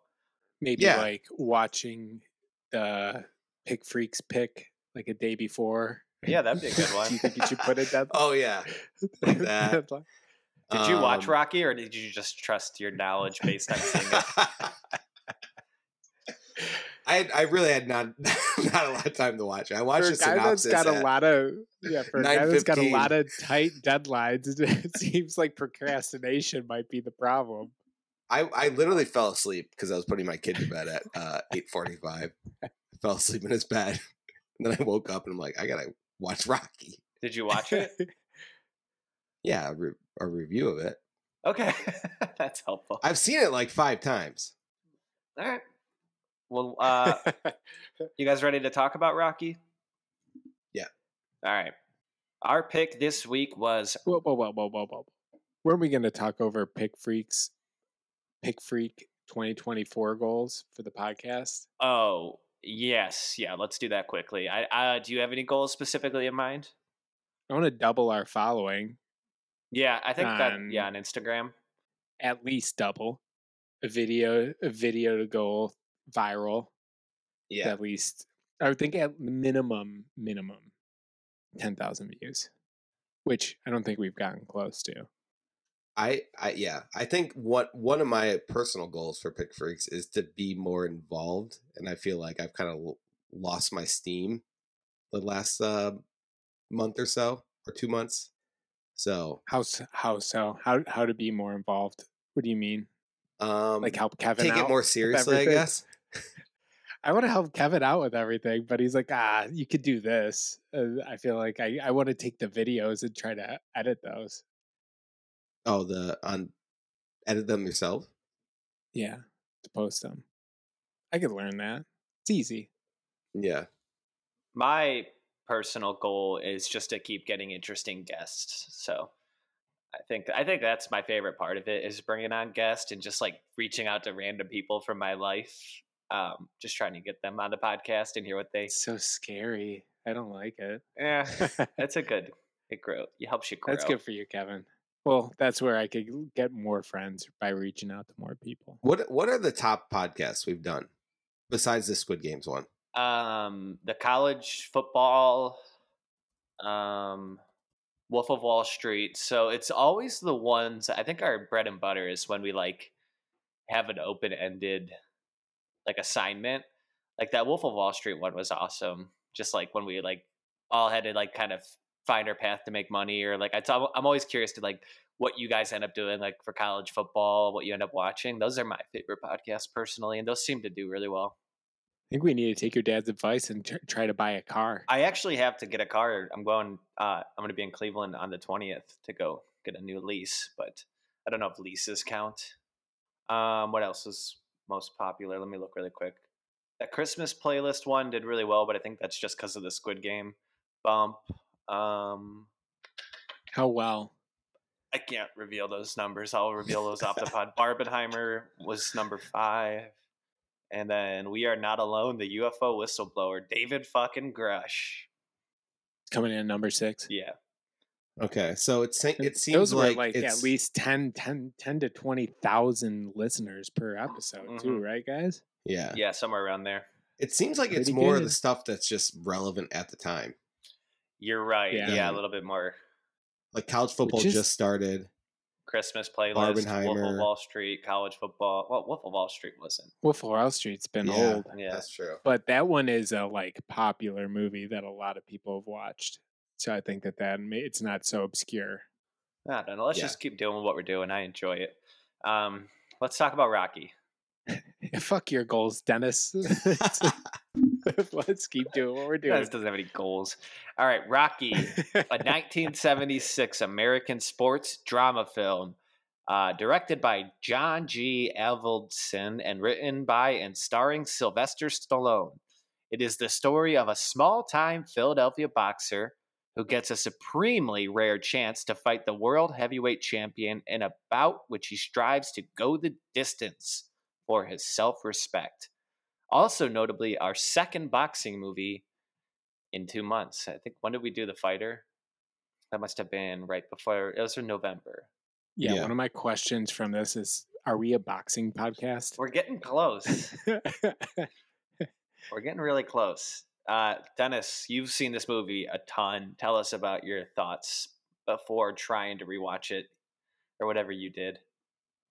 [SPEAKER 3] Maybe
[SPEAKER 2] Yeah.
[SPEAKER 3] like watching the pick freaks pick like a day before.
[SPEAKER 1] Yeah, that'd be a good
[SPEAKER 3] Do you
[SPEAKER 1] one.
[SPEAKER 3] think you should put it that?
[SPEAKER 2] Oh yeah, like that.
[SPEAKER 3] Deadline.
[SPEAKER 1] Did you watch
[SPEAKER 2] Um,
[SPEAKER 1] Rocky or did you just trust your knowledge based on seeing it?
[SPEAKER 2] I had, I really had not not a lot of time to watch. it. I watched
[SPEAKER 3] for
[SPEAKER 2] the
[SPEAKER 3] a guy that's
[SPEAKER 2] synopsis.
[SPEAKER 3] got a
[SPEAKER 2] at-
[SPEAKER 3] lot of yeah, for a guy that's got a
[SPEAKER 2] 9:15.
[SPEAKER 3] lot of tight deadlines, it seems like procrastination might be the problem.
[SPEAKER 2] I I literally fell asleep because I was putting my kid to bed at uh, eight forty five. Fell asleep in his bed, and then I woke up and I'm like, I gotta watch Rocky.
[SPEAKER 1] Did you watch it?
[SPEAKER 2] Yeah, a, re- a review of it.
[SPEAKER 1] Okay, that's helpful.
[SPEAKER 2] I've seen it like five times.
[SPEAKER 1] All right. Well, uh, you guys ready to talk about Rocky?
[SPEAKER 2] Yeah.
[SPEAKER 1] All right. Our pick this week was
[SPEAKER 3] whoa, whoa, whoa, whoa, whoa, whoa. Weren't we going to talk over Pick Freaks, Pick Freak 2024 goals for the podcast?
[SPEAKER 1] oh yes yeah let's do that quickly. I uh, do you have any goals specifically in mind?
[SPEAKER 3] I want to double our following,
[SPEAKER 1] Yeah, I think that yeah on
[SPEAKER 3] Um,
[SPEAKER 1] Instagram.
[SPEAKER 3] at least double a video, a video to go viral.
[SPEAKER 2] Yeah,
[SPEAKER 3] At least, I would think at minimum, minimum 10,000 views, which I don't think we've gotten close to.
[SPEAKER 2] I I yeah, I think what one of my personal goals for Pick Freaks is to be more involved, and I feel like I've kind of lost my steam the last uh, month or so or two months. So
[SPEAKER 3] How, s- how so? How, how to be more involved? What do you mean?
[SPEAKER 2] um,
[SPEAKER 3] Like help Kevin
[SPEAKER 2] take
[SPEAKER 3] out?
[SPEAKER 2] it more seriously, I
[SPEAKER 3] everything.
[SPEAKER 2] guess.
[SPEAKER 3] I want to help Kevin out with everything, but he's like, ah, you could do this. Uh, I feel like I, I want to take the videos and try to edit those.
[SPEAKER 2] Oh, the on edit them yourself.
[SPEAKER 3] Yeah, to post them. I could learn that. It's easy.
[SPEAKER 2] Yeah.
[SPEAKER 1] my personal goal is just to keep getting interesting guests so i think i think that's my favorite part of it is bringing on guests and just like reaching out to random people from my life um, just trying to get them on the podcast and hear what they
[SPEAKER 3] It's so scary. I don't like it.
[SPEAKER 1] yeah that's a good it grow it helps you grow
[SPEAKER 3] that's good for you, Kevin. Well, that's where I could get more friends by reaching out to more people.
[SPEAKER 2] What What are the top podcasts we've done besides the Squid Games one?
[SPEAKER 1] um the college football um wolf of wall street so it's always the ones i think our bread and butter is when we like have an open-ended like assignment like that wolf of wall street one was awesome just like when we like all had to like kind of find our path to make money or like i t- i'm always curious to like what you guys end up doing like for college football what you end up watching those are my favorite podcasts personally and those seem to do really well
[SPEAKER 3] I think we need to take your dad's advice and tr- try to buy a car.
[SPEAKER 1] I actually have to get a car. I'm going. Uh, I'm going to be in Cleveland on the 20th to go get a new lease, but I don't know if leases count. Um, what else is most popular? Let me look really quick. That Christmas playlist one did really well, but I think that's just because of the Squid Game bump. Um,
[SPEAKER 3] How well?
[SPEAKER 1] I can't reveal those numbers. I'll reveal those off the pod. Barbenheimer was number five. And then We Are Not Alone, the UFO whistleblower, David fucking Grush.
[SPEAKER 3] Coming in at number six.
[SPEAKER 1] Yeah.
[SPEAKER 2] Okay, so it's se-
[SPEAKER 3] And
[SPEAKER 2] it seems
[SPEAKER 3] those were
[SPEAKER 2] like,
[SPEAKER 3] like at
[SPEAKER 2] it's-
[SPEAKER 3] least 10, 10, 10 to 20,000 listeners per episode, too,
[SPEAKER 2] Mm-hmm.
[SPEAKER 1] Mhm.
[SPEAKER 3] right, guys?
[SPEAKER 2] yeah.
[SPEAKER 1] Yeah, somewhere around there.
[SPEAKER 2] It seems like it's
[SPEAKER 3] Pretty
[SPEAKER 2] more of the
[SPEAKER 3] good.
[SPEAKER 2] stuff that's just relevant at the time.
[SPEAKER 1] You're right. Yeah,
[SPEAKER 3] Yeah.
[SPEAKER 1] a little bit more
[SPEAKER 2] Like college football
[SPEAKER 3] is-
[SPEAKER 2] just started.
[SPEAKER 1] Christmas playlist, Wolf of
[SPEAKER 2] Barbenheimer.
[SPEAKER 1] Wall Street, college football. Well, Wolf of Wall Street wasn't.
[SPEAKER 3] Wolf of Wall Street's been
[SPEAKER 2] Yeah.
[SPEAKER 3] old,
[SPEAKER 1] Yeah,
[SPEAKER 2] true.
[SPEAKER 3] but that one is a like popular movie that a lot of people have watched. So I think that that ma- it's not so obscure.
[SPEAKER 1] I don't know. Let's
[SPEAKER 2] Yeah.
[SPEAKER 1] just keep doing what we're doing. I enjoy it. Um, let's talk about Rocky.
[SPEAKER 3] Fuck your goals, Dennis. Let's keep doing what we're doing.
[SPEAKER 1] This doesn't have any goals. All right, Rocky, a 1976 American sports drama film uh, directed by John G. Avildsen and written by and starring Sylvester Stallone. It is the story of a small time Philadelphia boxer who gets a supremely rare chance to fight the world heavyweight champion in a bout which he strives to go the distance for his self respect. Also, notably, our second boxing movie in two months. I think when did we do The Fighter? That must have been right before, it was in November.
[SPEAKER 3] yeah,
[SPEAKER 2] Yeah.
[SPEAKER 3] one of my questions from this is Are we a boxing podcast?
[SPEAKER 1] We're getting close. We're getting really close. Uh, Dennis, you've seen this movie a ton. Tell us about your thoughts before trying to rewatch it or whatever you did.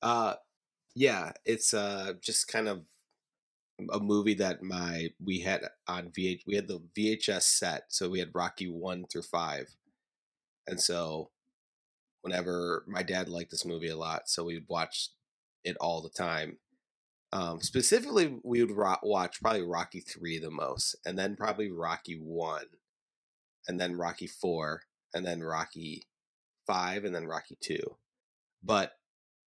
[SPEAKER 2] Uh, yeah, it's uh just kind of a movie that my we had on VH we had the VHS set, so we had Rocky one through five, and so whenever my dad liked this movie a lot, so we'd watch it all the time. Um, specifically, we would ro- watch probably Rocky three the most, and then probably Rocky one, and then Rocky four, and then Rocky five, and then Rocky two. But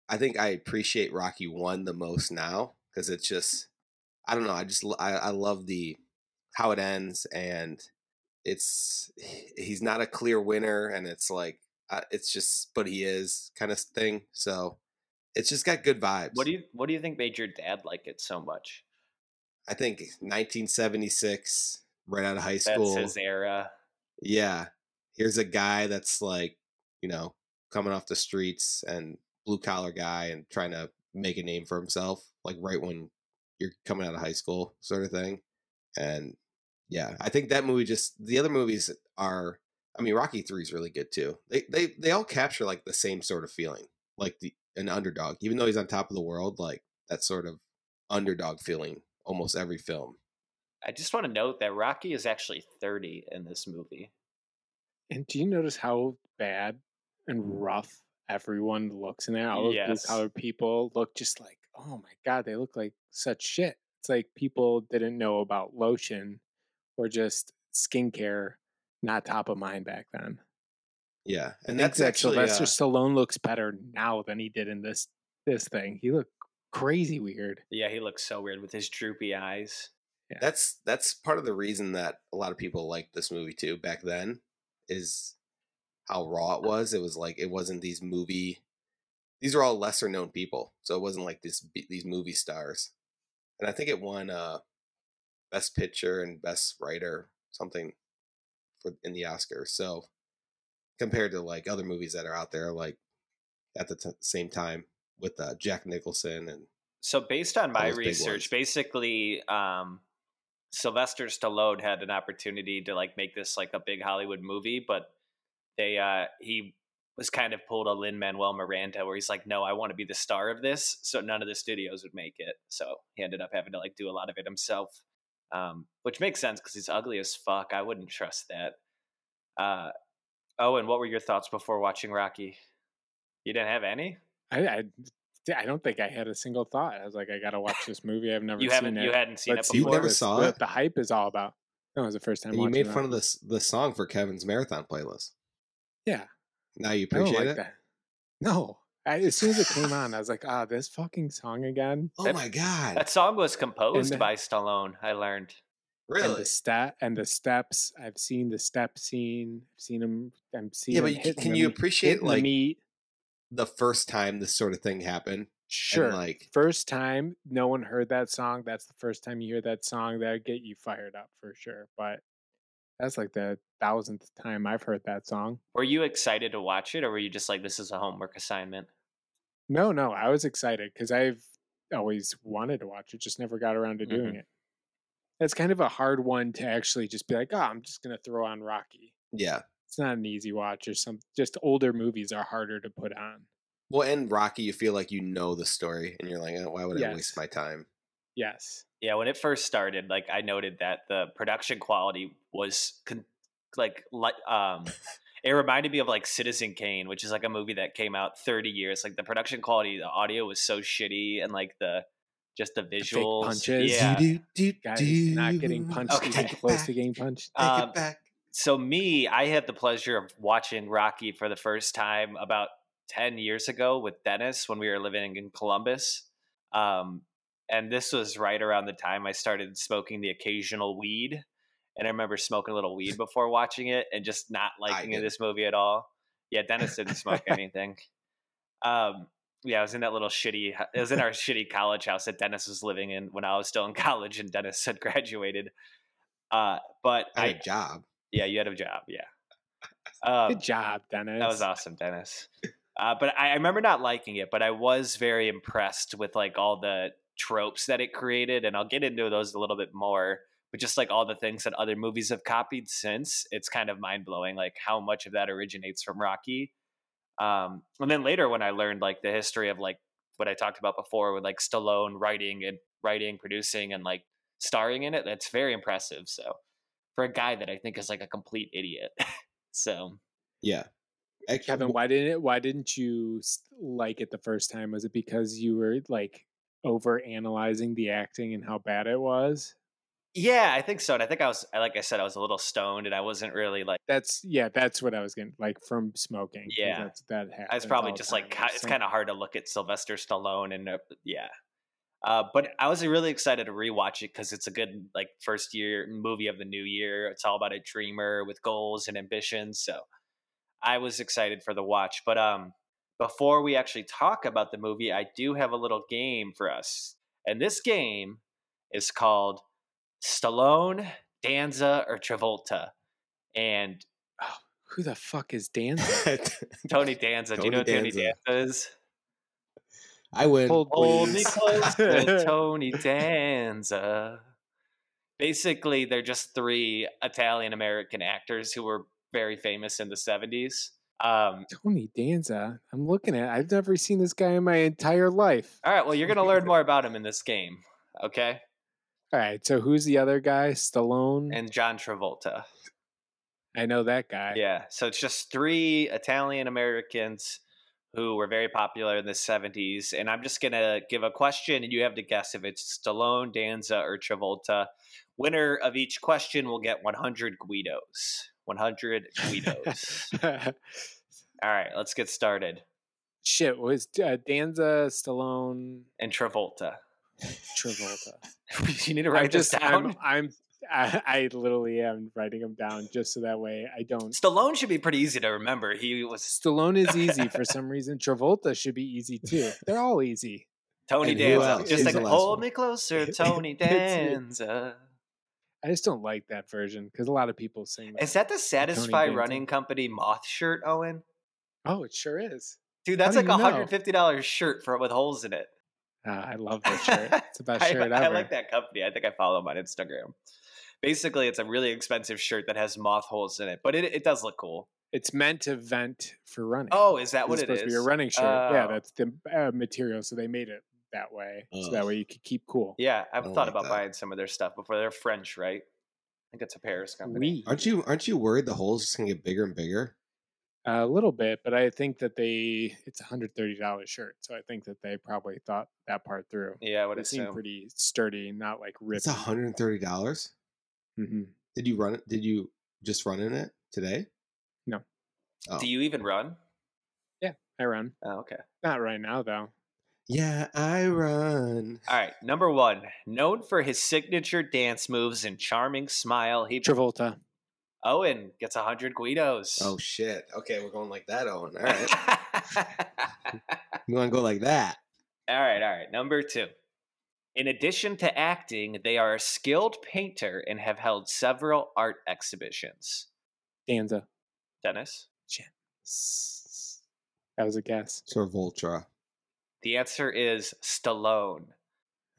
[SPEAKER 2] I think I appreciate Rocky one the most now because it's just I don't know I just l- I, I love the how it ends and it's he's not a clear winner and it's like uh, it's just but he is kind of thing so it's just got good vibes.
[SPEAKER 1] What do you What do you think made your dad like it so much?
[SPEAKER 2] I think 1976 right out of high
[SPEAKER 1] That's
[SPEAKER 2] school
[SPEAKER 1] his era.
[SPEAKER 2] yeah here's a guy that's like you know coming off the streets and blue collar guy and trying to make a name for himself like right when you're coming out of high school sort of thing and yeah i think that movie just the other movies are i mean rocky 3 is really good too they they they all capture like the same sort of feeling like the an underdog even though he's on top of the world like that sort of underdog feeling almost every film
[SPEAKER 1] I just want to note that Rocky is actually 30 in this movie.
[SPEAKER 3] And do you notice how bad
[SPEAKER 2] Mm.
[SPEAKER 3] and rough everyone looks in there? All of blue
[SPEAKER 1] Yes.
[SPEAKER 3] collar people look just like, oh my god, they look like such shit. It's like people didn't know about lotion or just skincare, not top of mind back then.
[SPEAKER 2] yeah and
[SPEAKER 3] I think
[SPEAKER 2] that's
[SPEAKER 3] that
[SPEAKER 2] actually
[SPEAKER 3] Sylvester
[SPEAKER 2] uh,
[SPEAKER 3] Stallone looks better now than he did in this this thing. He looked crazy weird.
[SPEAKER 1] Yeah, he looks so weird with his droopy eyes.
[SPEAKER 2] that's that's part of the reason that a lot of people liked this movie too back then is how raw it was it was like it wasn't these movie these are all lesser known people so it wasn't like this b- these movie stars and i think it won uh best picture and best writer something for in the oscars so compared to like other movies that are out there like at the t- same time with uh, jack nicholson and
[SPEAKER 1] So based on my
[SPEAKER 2] those big ones.
[SPEAKER 1] research, basically um Sylvester Stallone had an opportunity to like make this like a big Hollywood movie, but they uh he was kind of pulled a Lin Manuel Miranda where he's like, No, I want to be the star of this, so none of the studios would make it. So he ended up having to like do a lot of it himself. Um, which makes sense because he's ugly as fuck. I wouldn't trust that. Uh Owen, what were your thoughts before watching Rocky? You didn't have any?
[SPEAKER 3] I, I I don't think I had a single thought. I was like, I gotta watch this movie. I've never
[SPEAKER 1] you
[SPEAKER 3] seen
[SPEAKER 1] haven't
[SPEAKER 3] it.
[SPEAKER 1] you hadn't seen
[SPEAKER 3] Let's
[SPEAKER 1] it
[SPEAKER 3] see
[SPEAKER 2] You
[SPEAKER 1] before.
[SPEAKER 3] what
[SPEAKER 2] never
[SPEAKER 3] this-
[SPEAKER 2] saw
[SPEAKER 3] what
[SPEAKER 2] it?
[SPEAKER 3] The hype is all about. That was the first time.
[SPEAKER 2] And you
[SPEAKER 3] watching
[SPEAKER 2] made
[SPEAKER 3] that.
[SPEAKER 2] fun of this the song for Kevin's marathon playlist.
[SPEAKER 3] Yeah.
[SPEAKER 2] Now you
[SPEAKER 3] I don't
[SPEAKER 2] appreciate
[SPEAKER 3] like
[SPEAKER 2] it.
[SPEAKER 3] that. No, I, as soon as it came on, I was like, ah, this fucking song again.
[SPEAKER 2] Oh
[SPEAKER 1] That-
[SPEAKER 2] my god!
[SPEAKER 1] That song was composed
[SPEAKER 3] the-
[SPEAKER 1] by Stallone. I learned.
[SPEAKER 3] And the step and the steps. I've seen the step scene. I've seen him. I'm seeing.
[SPEAKER 2] Yeah, but
[SPEAKER 3] him
[SPEAKER 2] you,
[SPEAKER 3] hitting
[SPEAKER 2] can
[SPEAKER 3] the
[SPEAKER 2] you
[SPEAKER 3] meat-
[SPEAKER 2] appreciate
[SPEAKER 3] hitting the
[SPEAKER 2] like
[SPEAKER 3] meat.
[SPEAKER 2] the first time this sort of thing happened?
[SPEAKER 3] Sure.
[SPEAKER 2] like-
[SPEAKER 3] first time no one heard that song. That's the first time you hear that song. That would get you fired up for sure. But that's like the thousandth time I've heard that song.
[SPEAKER 1] Were you excited to watch it, or were you just like, "This is a homework assignment"?
[SPEAKER 3] No, no, I was excited because I've always wanted to watch it, just never got around to
[SPEAKER 1] Mm-hmm.
[SPEAKER 3] doing it. That's kind of a hard one to actually just be like, oh, I'm just gonna throw on Rocky.
[SPEAKER 2] Yeah.
[SPEAKER 3] It's not an easy watch or some just older movies are harder to put on.
[SPEAKER 2] Well, and Rocky, you feel like you know the story, and you're like, "Eh, why would I waste
[SPEAKER 3] Yes.
[SPEAKER 2] my time?
[SPEAKER 3] Yes.
[SPEAKER 1] Yeah, when it first started, like I noted that the production quality was con- like, like um, It reminded me of like Citizen Kane, which is like a movie that came out 30 years. Like the production quality, the audio was so shitty, and like the just the
[SPEAKER 3] fake
[SPEAKER 1] visuals.
[SPEAKER 3] punches.
[SPEAKER 1] Yeah.
[SPEAKER 2] Do, do, do,
[SPEAKER 3] Guys
[SPEAKER 2] do.
[SPEAKER 3] not getting punched
[SPEAKER 1] Okay.
[SPEAKER 3] even close to getting punched.
[SPEAKER 2] Take
[SPEAKER 1] Um,
[SPEAKER 2] it back.
[SPEAKER 1] so me, I had the pleasure of watching Rocky for the first time about 10 years ago with Dennis when we were living in Columbus. Um, and this was right around the time I started smoking the occasional weed. And I remember smoking a little weed before watching it and just not liking
[SPEAKER 2] didn't.
[SPEAKER 1] this movie at all. Yeah, Dennis didn't smoke anything. Um, yeah, I was in that little shitty, it was in our shitty college house that Dennis was living in when I was still in college and Dennis had graduated. Uh, but
[SPEAKER 2] I had a job.
[SPEAKER 1] yeah, you had a job. Yeah. Um,
[SPEAKER 3] Good job, Dennis.
[SPEAKER 1] That was awesome, Dennis. Uh, but I, I remember not liking it, but I was very impressed with like all the tropes that it created, and I'll get into those a little bit more. But just like all the things that other movies have copied since, it's kind of mind blowing, like how much of that originates from Rocky. Um, and then later, when I learned like the history of like what I talked about before with like Stallone writing and writing, producing, and like starring in it, that's very impressive. So for a guy that I think is like a complete idiot, so
[SPEAKER 2] Yeah. I-
[SPEAKER 3] Kevin, why didn't it, why didn't you s- like it the first time? Was it because you were like over analyzing the acting and how bad it was?
[SPEAKER 1] Yeah, I think so. And I think I was, I- like I said, I was a little stoned and I wasn't really like,
[SPEAKER 3] That's yeah, that's what I was getting like from smoking. 'cause
[SPEAKER 1] Yeah.
[SPEAKER 3] that's, that happens.
[SPEAKER 1] I was probably
[SPEAKER 3] all the
[SPEAKER 1] just
[SPEAKER 3] time.
[SPEAKER 1] like,
[SPEAKER 3] We're
[SPEAKER 1] ki- it's
[SPEAKER 3] syn-
[SPEAKER 1] kind of hard to look at Sylvester Stallone and uh, yeah. Uh, but I was really excited to rewatch it because it's a good like first year movie of the new year. It's all about a dreamer with goals and ambitions. So I was excited for the watch. But um, before we actually talk about the movie, I do have a little game for us, and this game is called Stallone, Danza, or Travolta. And
[SPEAKER 3] who the fuck is Dan?
[SPEAKER 1] Tony Danza. Do you
[SPEAKER 2] Tony
[SPEAKER 1] know who Tony
[SPEAKER 2] Danza.
[SPEAKER 1] Danza is?
[SPEAKER 2] I win.
[SPEAKER 3] Hold,
[SPEAKER 1] Hold me
[SPEAKER 3] please.
[SPEAKER 1] close to Tony Danza. Basically, they're just three Italian American actors who were very famous in the 70s. Um,
[SPEAKER 3] Tony Danza. I'm looking at. I've never seen this guy in my entire life.
[SPEAKER 1] all right, well, you're going to learn more about him in this game, okay?
[SPEAKER 3] All right, so who's the other guy? Stallone.
[SPEAKER 1] And John Travolta.
[SPEAKER 3] I know that guy.
[SPEAKER 1] Yeah, so it's just three Italian Americans who were very popular in the 70s. And I'm just going to give a question, and you have to guess if it's Stallone, Danza, or Travolta. Winner of each question will get 100 Guidos. 100 Guidos. All right, let's get started.
[SPEAKER 3] Shit, was uh, Danza, Stallone,
[SPEAKER 1] And Travolta.
[SPEAKER 3] Travolta.
[SPEAKER 1] you need to
[SPEAKER 3] I'm
[SPEAKER 1] write this down.
[SPEAKER 3] I'm, I'm I, I literally am writing them down just so that way I don't.
[SPEAKER 1] Stallone should be pretty easy to remember. He was
[SPEAKER 3] Stallone is easy for some reason. Travolta should be easy too. They're all easy.
[SPEAKER 1] Tony
[SPEAKER 2] And who
[SPEAKER 1] Danza.
[SPEAKER 2] else?
[SPEAKER 1] Just
[SPEAKER 3] Who's
[SPEAKER 1] like,
[SPEAKER 3] the
[SPEAKER 2] last
[SPEAKER 1] hold
[SPEAKER 2] one?"
[SPEAKER 1] me closer, Tony
[SPEAKER 3] It's- it's-
[SPEAKER 1] Danza.
[SPEAKER 3] I just don't like that version because a lot of people sing that.
[SPEAKER 1] Is that the Satisfy
[SPEAKER 3] Danza.
[SPEAKER 1] Running Company moth shirt, Owen?
[SPEAKER 3] oh, it sure is.
[SPEAKER 1] Dude,
[SPEAKER 3] How
[SPEAKER 1] that's
[SPEAKER 3] do
[SPEAKER 1] like a
[SPEAKER 3] you know?
[SPEAKER 1] hundred fifty dollars shirt for with holes in it.
[SPEAKER 3] Ah, I love this shirt. It's the best
[SPEAKER 1] I,
[SPEAKER 3] shirt
[SPEAKER 1] I
[SPEAKER 3] ever.
[SPEAKER 1] like that company. I think I follow them on Instagram. Basically, it's a really expensive shirt that has moth holes in it, but it, it does look cool.
[SPEAKER 3] It's meant to vent for running.
[SPEAKER 1] Oh, is that
[SPEAKER 3] it's
[SPEAKER 1] what it
[SPEAKER 3] supposed to be
[SPEAKER 1] is?
[SPEAKER 3] a running shirt. yeah,
[SPEAKER 1] Oh.
[SPEAKER 3] that's the uh, material. So they made it that way, so that
[SPEAKER 2] Ugh.
[SPEAKER 3] way you could keep cool.
[SPEAKER 1] Yeah, I've
[SPEAKER 2] don't
[SPEAKER 1] thought
[SPEAKER 2] like
[SPEAKER 1] about
[SPEAKER 2] that.
[SPEAKER 1] buying some of their stuff before. They're French, right? I think it's a Paris company.
[SPEAKER 3] We-
[SPEAKER 2] Aren't you aren't you worried the hole's just gonna get bigger and bigger?
[SPEAKER 3] A little bit, but I think that they it's a hundred thirty dollar shirt, so I think that they probably thought that part through.
[SPEAKER 1] Yeah, I would
[SPEAKER 3] It seemed
[SPEAKER 1] assume.
[SPEAKER 3] pretty sturdy, not like ripped.
[SPEAKER 2] It's hundred and thirty dollars.
[SPEAKER 3] Mhm.
[SPEAKER 2] Did you run it? Did you just run in it today?
[SPEAKER 3] No.
[SPEAKER 2] Oh.
[SPEAKER 1] Do you even run?
[SPEAKER 3] I run,
[SPEAKER 1] Oh, okay.
[SPEAKER 3] not right now though.
[SPEAKER 2] yeah, I run.
[SPEAKER 1] All right. Number one, known for his signature dance moves and charming smile, he
[SPEAKER 3] Travolta,
[SPEAKER 1] Owen gets hundred Guidos.
[SPEAKER 2] Oh shit. Okay, we're going like that, Owen. All right. you wanna go like that?
[SPEAKER 1] All right, all right. Number two. In addition to acting, they are a skilled painter and have held several art exhibitions.
[SPEAKER 3] Danza.
[SPEAKER 1] Dennis,
[SPEAKER 3] S- That was a guess.
[SPEAKER 2] Sort of Ultra.
[SPEAKER 1] the answer is Stallone.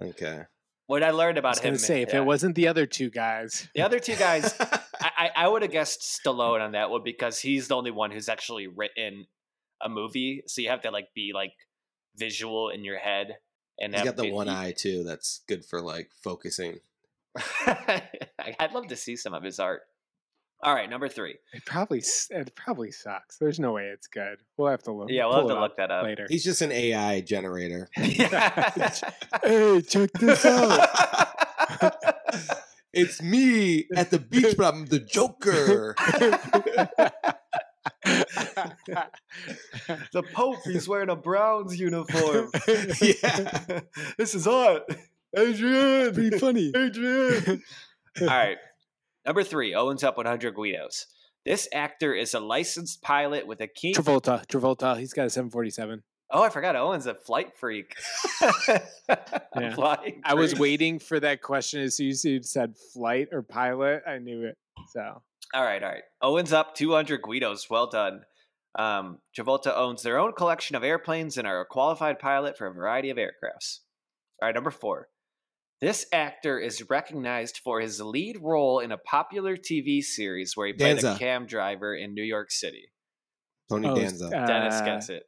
[SPEAKER 2] Okay.
[SPEAKER 1] What I learned
[SPEAKER 3] I
[SPEAKER 1] about
[SPEAKER 3] was gonna
[SPEAKER 1] him
[SPEAKER 3] say if
[SPEAKER 1] yeah.
[SPEAKER 3] it wasn't the other two guys,
[SPEAKER 1] the other two guys, I, I, I would have guessed Stallone on that one because he's the only one who's actually written a movie. So you have to like be like visual in your head. And
[SPEAKER 2] He's
[SPEAKER 1] have
[SPEAKER 2] got the
[SPEAKER 1] to-
[SPEAKER 2] one eye too. That's good for like focusing.
[SPEAKER 1] I- I'd love to see some of his art. All right, number three.
[SPEAKER 3] It probably s- it probably sucks. There's no way it's good. We'll have to look.
[SPEAKER 1] Yeah, we'll have
[SPEAKER 3] pull
[SPEAKER 1] to
[SPEAKER 3] it
[SPEAKER 1] look that
[SPEAKER 3] up
[SPEAKER 1] up.
[SPEAKER 3] later.
[SPEAKER 2] He's just an AI generator.
[SPEAKER 3] hey, check this out.
[SPEAKER 2] It's me at the beach, but I'm the Joker.
[SPEAKER 1] the Pope, he's wearing a Browns uniform.
[SPEAKER 2] yeah.
[SPEAKER 1] this is art. Adrian!
[SPEAKER 3] Pretty funny.
[SPEAKER 1] Adrian! All right. Number three, Owen's Up 100 Guidos. This actor is a licensed pilot with a keen.
[SPEAKER 3] Travolta, Travolta. He's got a 747.
[SPEAKER 1] oh, I forgot Owen's a flight freak.
[SPEAKER 3] Yeah.
[SPEAKER 1] Flying
[SPEAKER 3] I was
[SPEAKER 1] freak.
[SPEAKER 3] waiting for that question as soon as you said flight or pilot. I knew it. So
[SPEAKER 1] All right, all right. Owen's up 200 Guidos. Well done. Um, Travolta owns their own collection of airplanes and are a qualified pilot for a variety of aircrafts. All right, number four. This actor is recognized for his lead role in a popular TV series where he played a
[SPEAKER 2] Danza.
[SPEAKER 1] cam driver in New York City.
[SPEAKER 2] Tony
[SPEAKER 3] Oh,
[SPEAKER 2] Danza.
[SPEAKER 3] uh,
[SPEAKER 1] Dennis gets it.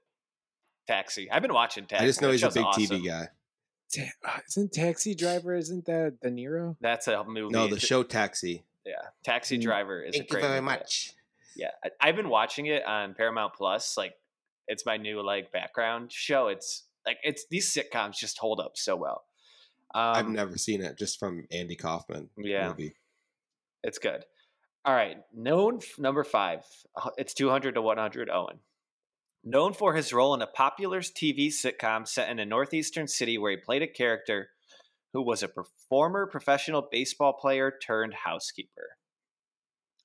[SPEAKER 1] Taxi. I've been watching Taxi.
[SPEAKER 2] I just know
[SPEAKER 1] That
[SPEAKER 2] he's a
[SPEAKER 1] show's
[SPEAKER 2] big
[SPEAKER 1] awesome.
[SPEAKER 2] TV guy.
[SPEAKER 3] ta- uh, isn't Taxi Driver? Isn't that De Niro?
[SPEAKER 1] That's a movie.
[SPEAKER 2] No, the show Taxi.
[SPEAKER 1] Yeah, Taxi
[SPEAKER 3] Mm.
[SPEAKER 1] Driver is a
[SPEAKER 2] Thank you
[SPEAKER 1] great
[SPEAKER 2] very
[SPEAKER 1] movie.
[SPEAKER 2] much.
[SPEAKER 1] Yeah, I, I've been watching it on Paramount Plus. Like, it's my new like background show. It's like it's these sitcoms just hold up so well. Um,
[SPEAKER 2] I've never seen it, just from Andy Kaufman.
[SPEAKER 1] Yeah.
[SPEAKER 2] Movie.
[SPEAKER 1] It's good. All right, known f- number five. uh, It's two hundred to one hundred. Owen, known for his role in a popular TV sitcom set in a northeastern city where he played a character who was a perf- former professional baseball player turned housekeeper.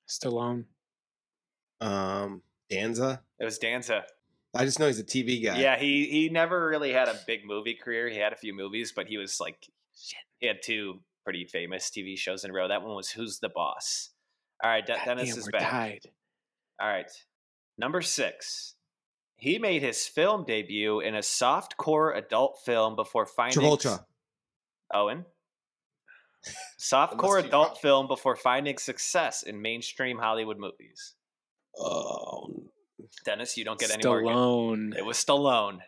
[SPEAKER 3] Stallone.
[SPEAKER 2] Um, Danza.
[SPEAKER 1] It was Danza.
[SPEAKER 2] I just know he's a TV guy.
[SPEAKER 1] Yeah, he he never really had a big movie career. He had a few movies, but he was like he had two pretty famous TV shows in a row. That one was Who's the Boss. All right, De-
[SPEAKER 3] God
[SPEAKER 1] Dennis
[SPEAKER 3] damn,
[SPEAKER 1] is
[SPEAKER 3] we're
[SPEAKER 1] back.
[SPEAKER 3] tied.
[SPEAKER 1] All right. Number 6. He made his film debut in a soft core adult film before finding
[SPEAKER 2] Travolta.
[SPEAKER 1] Owen. Soft core
[SPEAKER 2] Unless you-
[SPEAKER 1] adult film before finding success in mainstream Hollywood movies.
[SPEAKER 2] Oh,
[SPEAKER 1] Dennis, you don't get any more. good.
[SPEAKER 3] Stallone.
[SPEAKER 1] It was Stallone.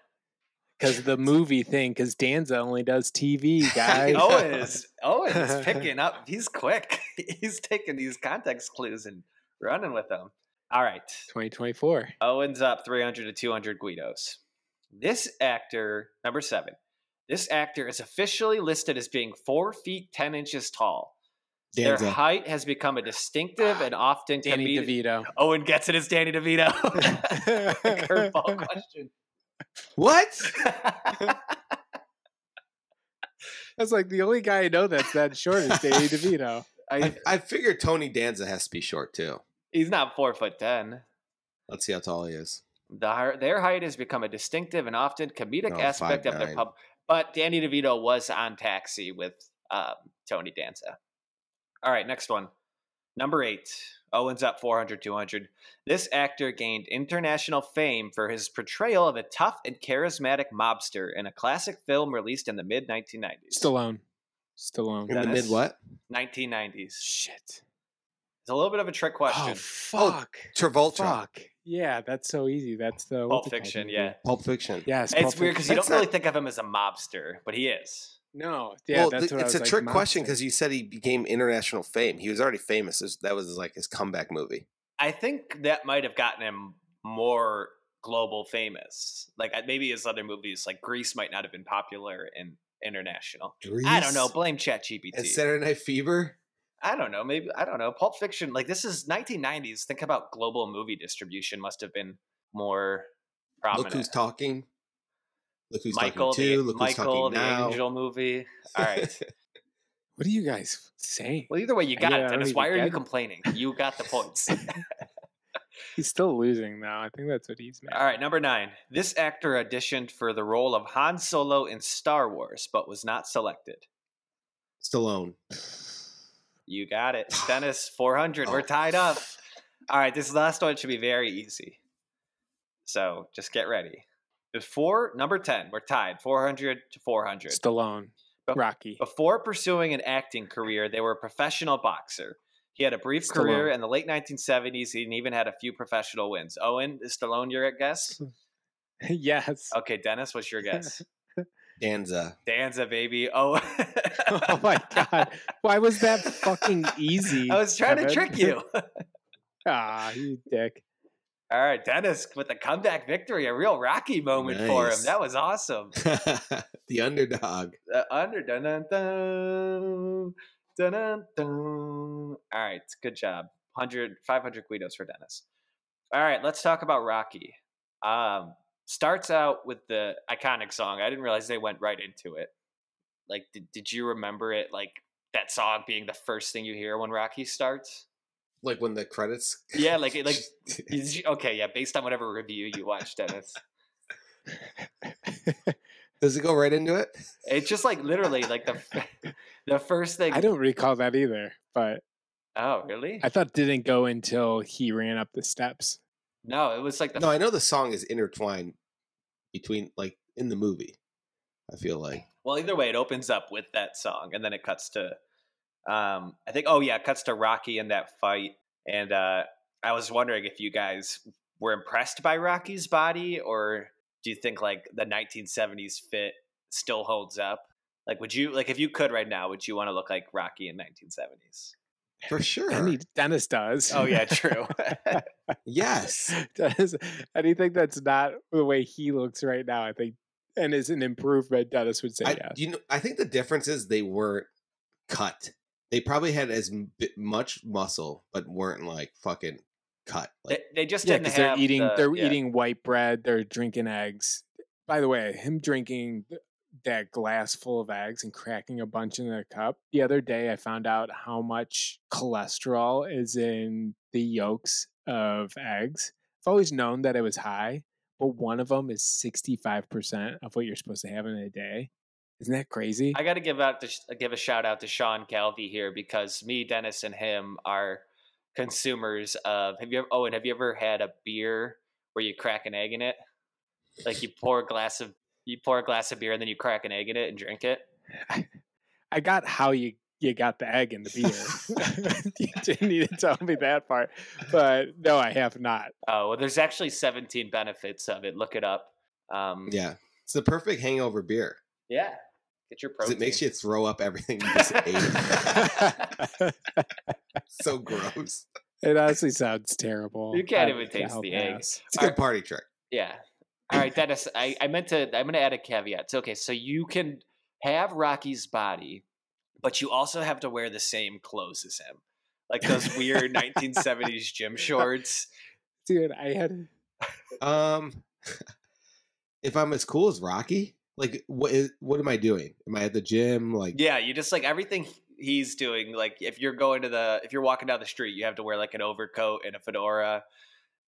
[SPEAKER 3] because the movie thing because danza only does tv guys
[SPEAKER 2] know.
[SPEAKER 1] Owen is Owen is picking up. He's quick. He's taking these context clues and running with them. All right.
[SPEAKER 3] 2024
[SPEAKER 1] Owen's up 300 to 200 Guidos. This actor, number seven, this actor is officially listed as being four feet 10 inches tall. Their
[SPEAKER 2] Danza.
[SPEAKER 1] height has become a distinctive and often
[SPEAKER 3] danny
[SPEAKER 1] comedic-
[SPEAKER 3] devito
[SPEAKER 1] Owen gets it as Danny DeVito. Curveball question.
[SPEAKER 2] What?
[SPEAKER 3] that's like the only guy i know that's that short is danny devito
[SPEAKER 1] I,
[SPEAKER 2] I, I figure Tony Danza has to be short too.
[SPEAKER 1] he's not four foot 10.
[SPEAKER 2] Let's see how tall he is.
[SPEAKER 1] The, hi- their height has become a distinctive and often comedic
[SPEAKER 2] No,
[SPEAKER 1] aspect of their
[SPEAKER 2] 5'9".
[SPEAKER 1] pub. But Danny DeVito was on Taxi with um, Tony Danza. All right, next one. Number eight. Owen's up 400 200. This actor gained international fame for his portrayal of a tough and charismatic mobster in a classic film released in the mid 1990s.
[SPEAKER 3] stallone stallone
[SPEAKER 2] In the
[SPEAKER 1] Dennis?
[SPEAKER 2] mid what?
[SPEAKER 1] 1990s.
[SPEAKER 3] shit
[SPEAKER 1] It's a little bit of a trick
[SPEAKER 3] oh
[SPEAKER 1] question.
[SPEAKER 3] fuck
[SPEAKER 2] Travolta.
[SPEAKER 3] fuck yeah that's so easy that's the
[SPEAKER 1] Pulp
[SPEAKER 3] what's it called
[SPEAKER 1] Fiction,
[SPEAKER 3] movie?
[SPEAKER 1] yeah.
[SPEAKER 2] Pulp Fiction.
[SPEAKER 3] yes
[SPEAKER 1] It's weird because you don't
[SPEAKER 2] That's
[SPEAKER 1] really
[SPEAKER 2] not-
[SPEAKER 1] think of him as a mobster, but he is.
[SPEAKER 3] no yeah
[SPEAKER 2] well,
[SPEAKER 3] that's
[SPEAKER 2] th-
[SPEAKER 3] what I
[SPEAKER 2] it's
[SPEAKER 3] was
[SPEAKER 2] a
[SPEAKER 3] like,
[SPEAKER 2] trick question
[SPEAKER 3] monster.
[SPEAKER 2] because you said he became international fame. He was already famous. This- That was like his comeback movie.
[SPEAKER 1] I think that might have gotten him more global famous. Like I- maybe his other movies, like Grease, might not have been popular in international. I don't know.
[SPEAKER 2] Grease
[SPEAKER 1] Blame ChatGPT.
[SPEAKER 2] And Saturday Night Fever.
[SPEAKER 1] I don't know. Maybe I don't know. Pulp Fiction. Like this is 1990s. Think about global movie distribution. Must have been more
[SPEAKER 2] Look who's
[SPEAKER 1] prominent.
[SPEAKER 2] talking. Look who's
[SPEAKER 1] Michael,
[SPEAKER 2] talking to.
[SPEAKER 1] the,
[SPEAKER 2] Look
[SPEAKER 1] Michael,
[SPEAKER 2] who's talking
[SPEAKER 1] the
[SPEAKER 2] now.
[SPEAKER 1] Angel movie. All right.
[SPEAKER 3] what are you guys saying
[SPEAKER 1] Well, either way, you got
[SPEAKER 3] Yeah, I
[SPEAKER 1] it,
[SPEAKER 3] don't
[SPEAKER 1] Dennis.
[SPEAKER 3] even
[SPEAKER 1] Why are
[SPEAKER 3] get
[SPEAKER 1] you
[SPEAKER 3] it.
[SPEAKER 1] complaining? You got the points.
[SPEAKER 3] he's still losing now i think that's what he's made
[SPEAKER 1] All right, number nine. This actor auditioned for the role of Han Solo in Star Wars, but was not selected.
[SPEAKER 2] Stallone.
[SPEAKER 1] You got it. Dennis, 400. We're
[SPEAKER 2] Oh.
[SPEAKER 1] tied up. All right, this last one should be very easy. So just get ready. Before number 10, we're tied 400 to 400.
[SPEAKER 3] stallone
[SPEAKER 1] But-
[SPEAKER 3] rocky
[SPEAKER 1] Before pursuing an acting career, they were a professional boxer. He had a brief career
[SPEAKER 3] Stallone.
[SPEAKER 1] in the late 1970s and even had a few professional wins. Owen, is Stallone your guess?
[SPEAKER 3] yes
[SPEAKER 1] Okay, Dennis, what's your guess?
[SPEAKER 2] Danza.
[SPEAKER 1] Danza, baby. Oh,
[SPEAKER 3] oh my god why was that fucking easy
[SPEAKER 1] I was trying to
[SPEAKER 3] Kevin?
[SPEAKER 1] trick you.
[SPEAKER 3] Ah, you dick.
[SPEAKER 1] All right, Dennis with the comeback victory, a real Rocky moment for him.
[SPEAKER 2] Nice.
[SPEAKER 1] That was awesome.
[SPEAKER 2] the underdog.
[SPEAKER 1] The under dun dun dun dun dun dun. All right, good job. 100, 500 Guidos for Dennis. All right, let's talk about Rocky. Um, starts out with the iconic song. I didn't realize they went right into it. Like, did, did you remember it? Like that song being the first thing you hear when Rocky starts?
[SPEAKER 2] Like when the credits.
[SPEAKER 1] Yeah, like it- like Is- okay, yeah, based on whatever review you watched, Dennis.
[SPEAKER 2] Does it go right into it?
[SPEAKER 1] It's just like literally like the f- the first thing.
[SPEAKER 3] I don't recall that either, but
[SPEAKER 1] Oh, really?
[SPEAKER 3] I thought it didn't go until he ran up the steps.
[SPEAKER 1] no, it was like the
[SPEAKER 2] No, I know the song is intertwined between like in the movie. I feel like
[SPEAKER 1] Well, either way, it opens up with that song, and then it cuts to, um, I think, oh yeah, it cuts to Rocky in that fight. And uh, I was wondering if you guys were impressed by Rocky's body, or do you think like the 1970s fit still holds up? Like, would you like if you could right now? Would you want to look like Rocky in 1970s?
[SPEAKER 2] for sure.
[SPEAKER 3] Any Dennis does.
[SPEAKER 1] Oh yeah, true.
[SPEAKER 2] yes.
[SPEAKER 3] Dennis, anything that's not the way he looks right now, I think, and is an improvement, Dennis would say
[SPEAKER 2] I,
[SPEAKER 3] yes.
[SPEAKER 2] you know, I think the difference is they weren't cut. They probably had as m- bit- much muscle, but weren't like fucking cut.
[SPEAKER 1] they,
[SPEAKER 2] Like,
[SPEAKER 1] they just
[SPEAKER 3] Yeah,
[SPEAKER 1] didn't
[SPEAKER 3] because they're
[SPEAKER 1] have
[SPEAKER 3] eating
[SPEAKER 1] the-
[SPEAKER 3] they're
[SPEAKER 1] yeah.
[SPEAKER 3] eating white bread, they're drinking eggs. By the way, him drinking th- that glass full of eggs and cracking a bunch in a cup. The other day I found out how much cholesterol is in the yolks of eggs. I've always known that it was high, but one of them is 65% of what you're supposed to have in a day. Isn't that crazy?
[SPEAKER 1] I got to give out to, give a shout out to Sean Calvi here because me, Dennis, and him are consumers of. Have you ever, Owen? Have you ever had a beer where you crack an egg in it? Like you pour a glass of you pour a glass of beer and then you crack an egg in it and drink it.
[SPEAKER 3] I got how you you got the egg in the beer. you didn't need to tell me that part. But no, I have not.
[SPEAKER 1] Oh well, there's actually 17 benefits of it. Look it up. Um,
[SPEAKER 2] yeah, it's the perfect hangover beer.
[SPEAKER 1] yeah. Get your
[SPEAKER 2] 'cause
[SPEAKER 1] protein.
[SPEAKER 2] It makes you throw up everything you just ate. so gross.
[SPEAKER 3] It honestly sounds terrible.
[SPEAKER 1] You can't
[SPEAKER 3] I-
[SPEAKER 1] even taste
[SPEAKER 3] I'll
[SPEAKER 1] the egg.
[SPEAKER 3] pass.
[SPEAKER 2] It's a good party trick.
[SPEAKER 1] Yeah. All right, Dennis. I, I meant to. I'm going to add a caveat. So, okay, so you can have Rocky's body, but you also have to wear the same clothes as him, like those weird 1970s gym shorts.
[SPEAKER 3] Dude, I had
[SPEAKER 2] Um, if I'm as cool as Rocky, like what is, what am I doing? Am I at the gym? Like
[SPEAKER 1] Yeah, you just like everything he's doing. Like if you're going to the, if you're walking down the street, you have to wear like an overcoat and a fedora.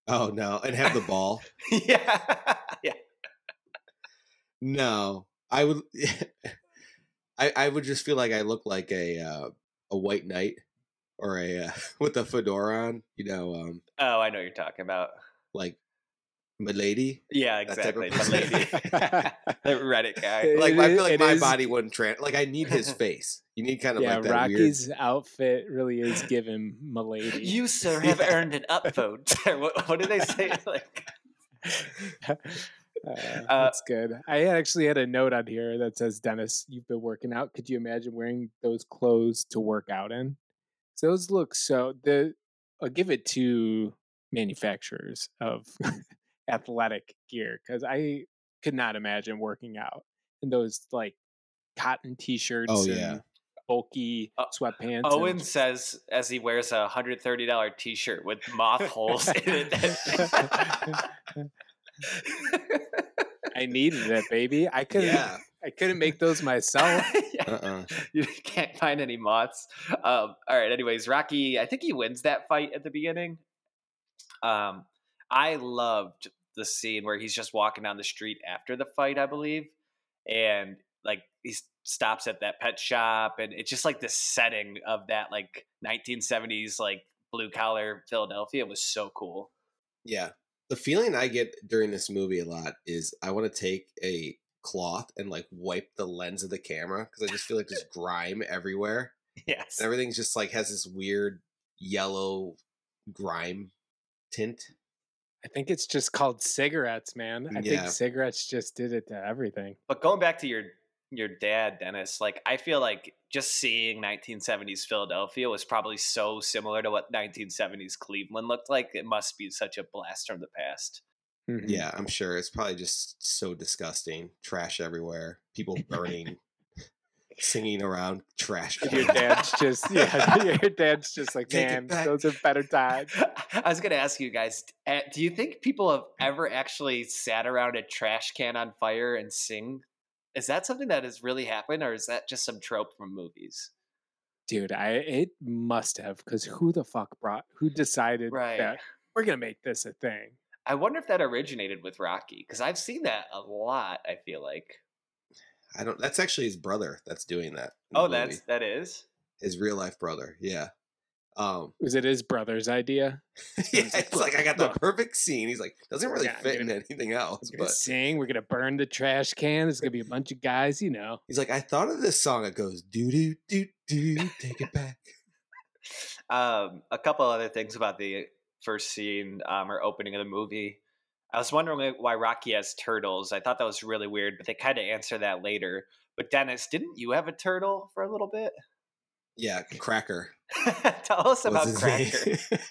[SPEAKER 2] oh no, and have the ball?
[SPEAKER 1] yeah, yeah.
[SPEAKER 2] no, I would. I I would just feel like I look like a uh, a white knight or a uh, with a fedora on. You know, um,
[SPEAKER 1] Oh, I know what you're talking about.
[SPEAKER 2] like milady.
[SPEAKER 1] Yeah,
[SPEAKER 2] That type of
[SPEAKER 1] exactly. The
[SPEAKER 2] person.
[SPEAKER 1] lady, the Reddit guy.
[SPEAKER 2] Like
[SPEAKER 3] It
[SPEAKER 2] I
[SPEAKER 3] is-
[SPEAKER 2] feel like
[SPEAKER 3] it
[SPEAKER 2] my
[SPEAKER 3] is-
[SPEAKER 2] body wouldn't trans. Like I need his face. You need kind of
[SPEAKER 3] yeah,
[SPEAKER 2] like that weird.
[SPEAKER 3] Rocky's outfit really is giving Milady.
[SPEAKER 1] You sir have
[SPEAKER 2] Yeah.
[SPEAKER 1] earned an upvote. what, what do they say? Like.
[SPEAKER 3] uh,
[SPEAKER 2] Uh,
[SPEAKER 3] that's good. I actually had a note on here that says, Dennis, you've been working out. Could you imagine wearing those clothes to work out in? So those look so the I'll give it to manufacturers of athletic gear because I could not imagine working out in those like cotton t-shirts
[SPEAKER 2] Oh, yeah.
[SPEAKER 3] and bulky
[SPEAKER 1] Uh,
[SPEAKER 3] sweatpants. and-
[SPEAKER 1] Owen says as he wears a hundred thirty dollar t shirt with moth holes in it. that-
[SPEAKER 3] I needed it, baby. I couldn't
[SPEAKER 2] Yeah.
[SPEAKER 3] I couldn't make those myself.
[SPEAKER 1] Yeah,
[SPEAKER 2] Uh-uh.
[SPEAKER 1] you can't find any moths. Um, all right. Anyways, Rocky, I think he wins that fight at the beginning. Um, I loved the scene where he's just walking down the street after the fight, I believe, and like he s- stops at that pet shop, and it's just like the setting of that like 1970s like blue collar Philadelphia was so cool.
[SPEAKER 2] Yeah. The feeling I get during this movie a lot is I want to take a cloth and like wipe the lens of the camera because I just feel like there's grime everywhere.
[SPEAKER 1] Yes.
[SPEAKER 2] And everything's just like has this weird yellow grime tint.
[SPEAKER 3] I think it's just called cigarettes, man. I
[SPEAKER 2] Yeah.
[SPEAKER 3] think cigarettes just did it to everything.
[SPEAKER 1] But going back to your your dad, Dennis, like I feel like just seeing 1970s Philadelphia was probably so similar to what 1970s Cleveland looked like. It must be such a blast from the past. Mm-hmm.
[SPEAKER 3] Mhm.
[SPEAKER 2] Yeah, I'm sure it's probably just so disgusting. Trash everywhere, people burning, singing around, trash.
[SPEAKER 3] And Mm-hmm. Your dad's just yeah. Your dad's just like
[SPEAKER 2] Take it
[SPEAKER 3] man.
[SPEAKER 2] back."
[SPEAKER 3] Those are better times.
[SPEAKER 1] I was going to ask you guys eh, do you think people have ever actually sat around a trash can on fire and sing? Is that something that has really happened, or is that just some trope from movies?
[SPEAKER 3] dude i it must have because who the fuck brought who decided
[SPEAKER 1] Right.
[SPEAKER 3] that we're gonna make this a thing
[SPEAKER 1] I wonder if that originated with Rocky because I've seen that a lot. I feel like
[SPEAKER 2] I don't. That's actually his brother that's doing that. in the
[SPEAKER 1] oh,
[SPEAKER 2] movie.
[SPEAKER 1] that's that is
[SPEAKER 2] his real life brother. Yeah. Um,
[SPEAKER 3] was it his brother's idea
[SPEAKER 2] yeah,
[SPEAKER 3] he's like,
[SPEAKER 2] it's like I got
[SPEAKER 3] "Look,
[SPEAKER 2] the perfect scene. He's like, doesn't really
[SPEAKER 3] Yeah, I'm
[SPEAKER 2] fit
[SPEAKER 3] gonna-
[SPEAKER 2] in anything else,
[SPEAKER 3] we're gonna
[SPEAKER 2] but
[SPEAKER 3] sing we're gonna burn the trash can there's gonna be a bunch of guys you know
[SPEAKER 2] he's like, I thought of this song. It goes do do do do, take it back.
[SPEAKER 1] Um, a couple other things about the first scene um, or opening of the movie. I was wondering why- why Rocky has turtles. I thought that was really weird, but they kind of answer that later. But Dennis, didn't you have a turtle for a little bit?
[SPEAKER 2] Yeah, Cracker.
[SPEAKER 1] Tell us
[SPEAKER 2] was
[SPEAKER 1] about
[SPEAKER 2] his name.
[SPEAKER 1] Cracker.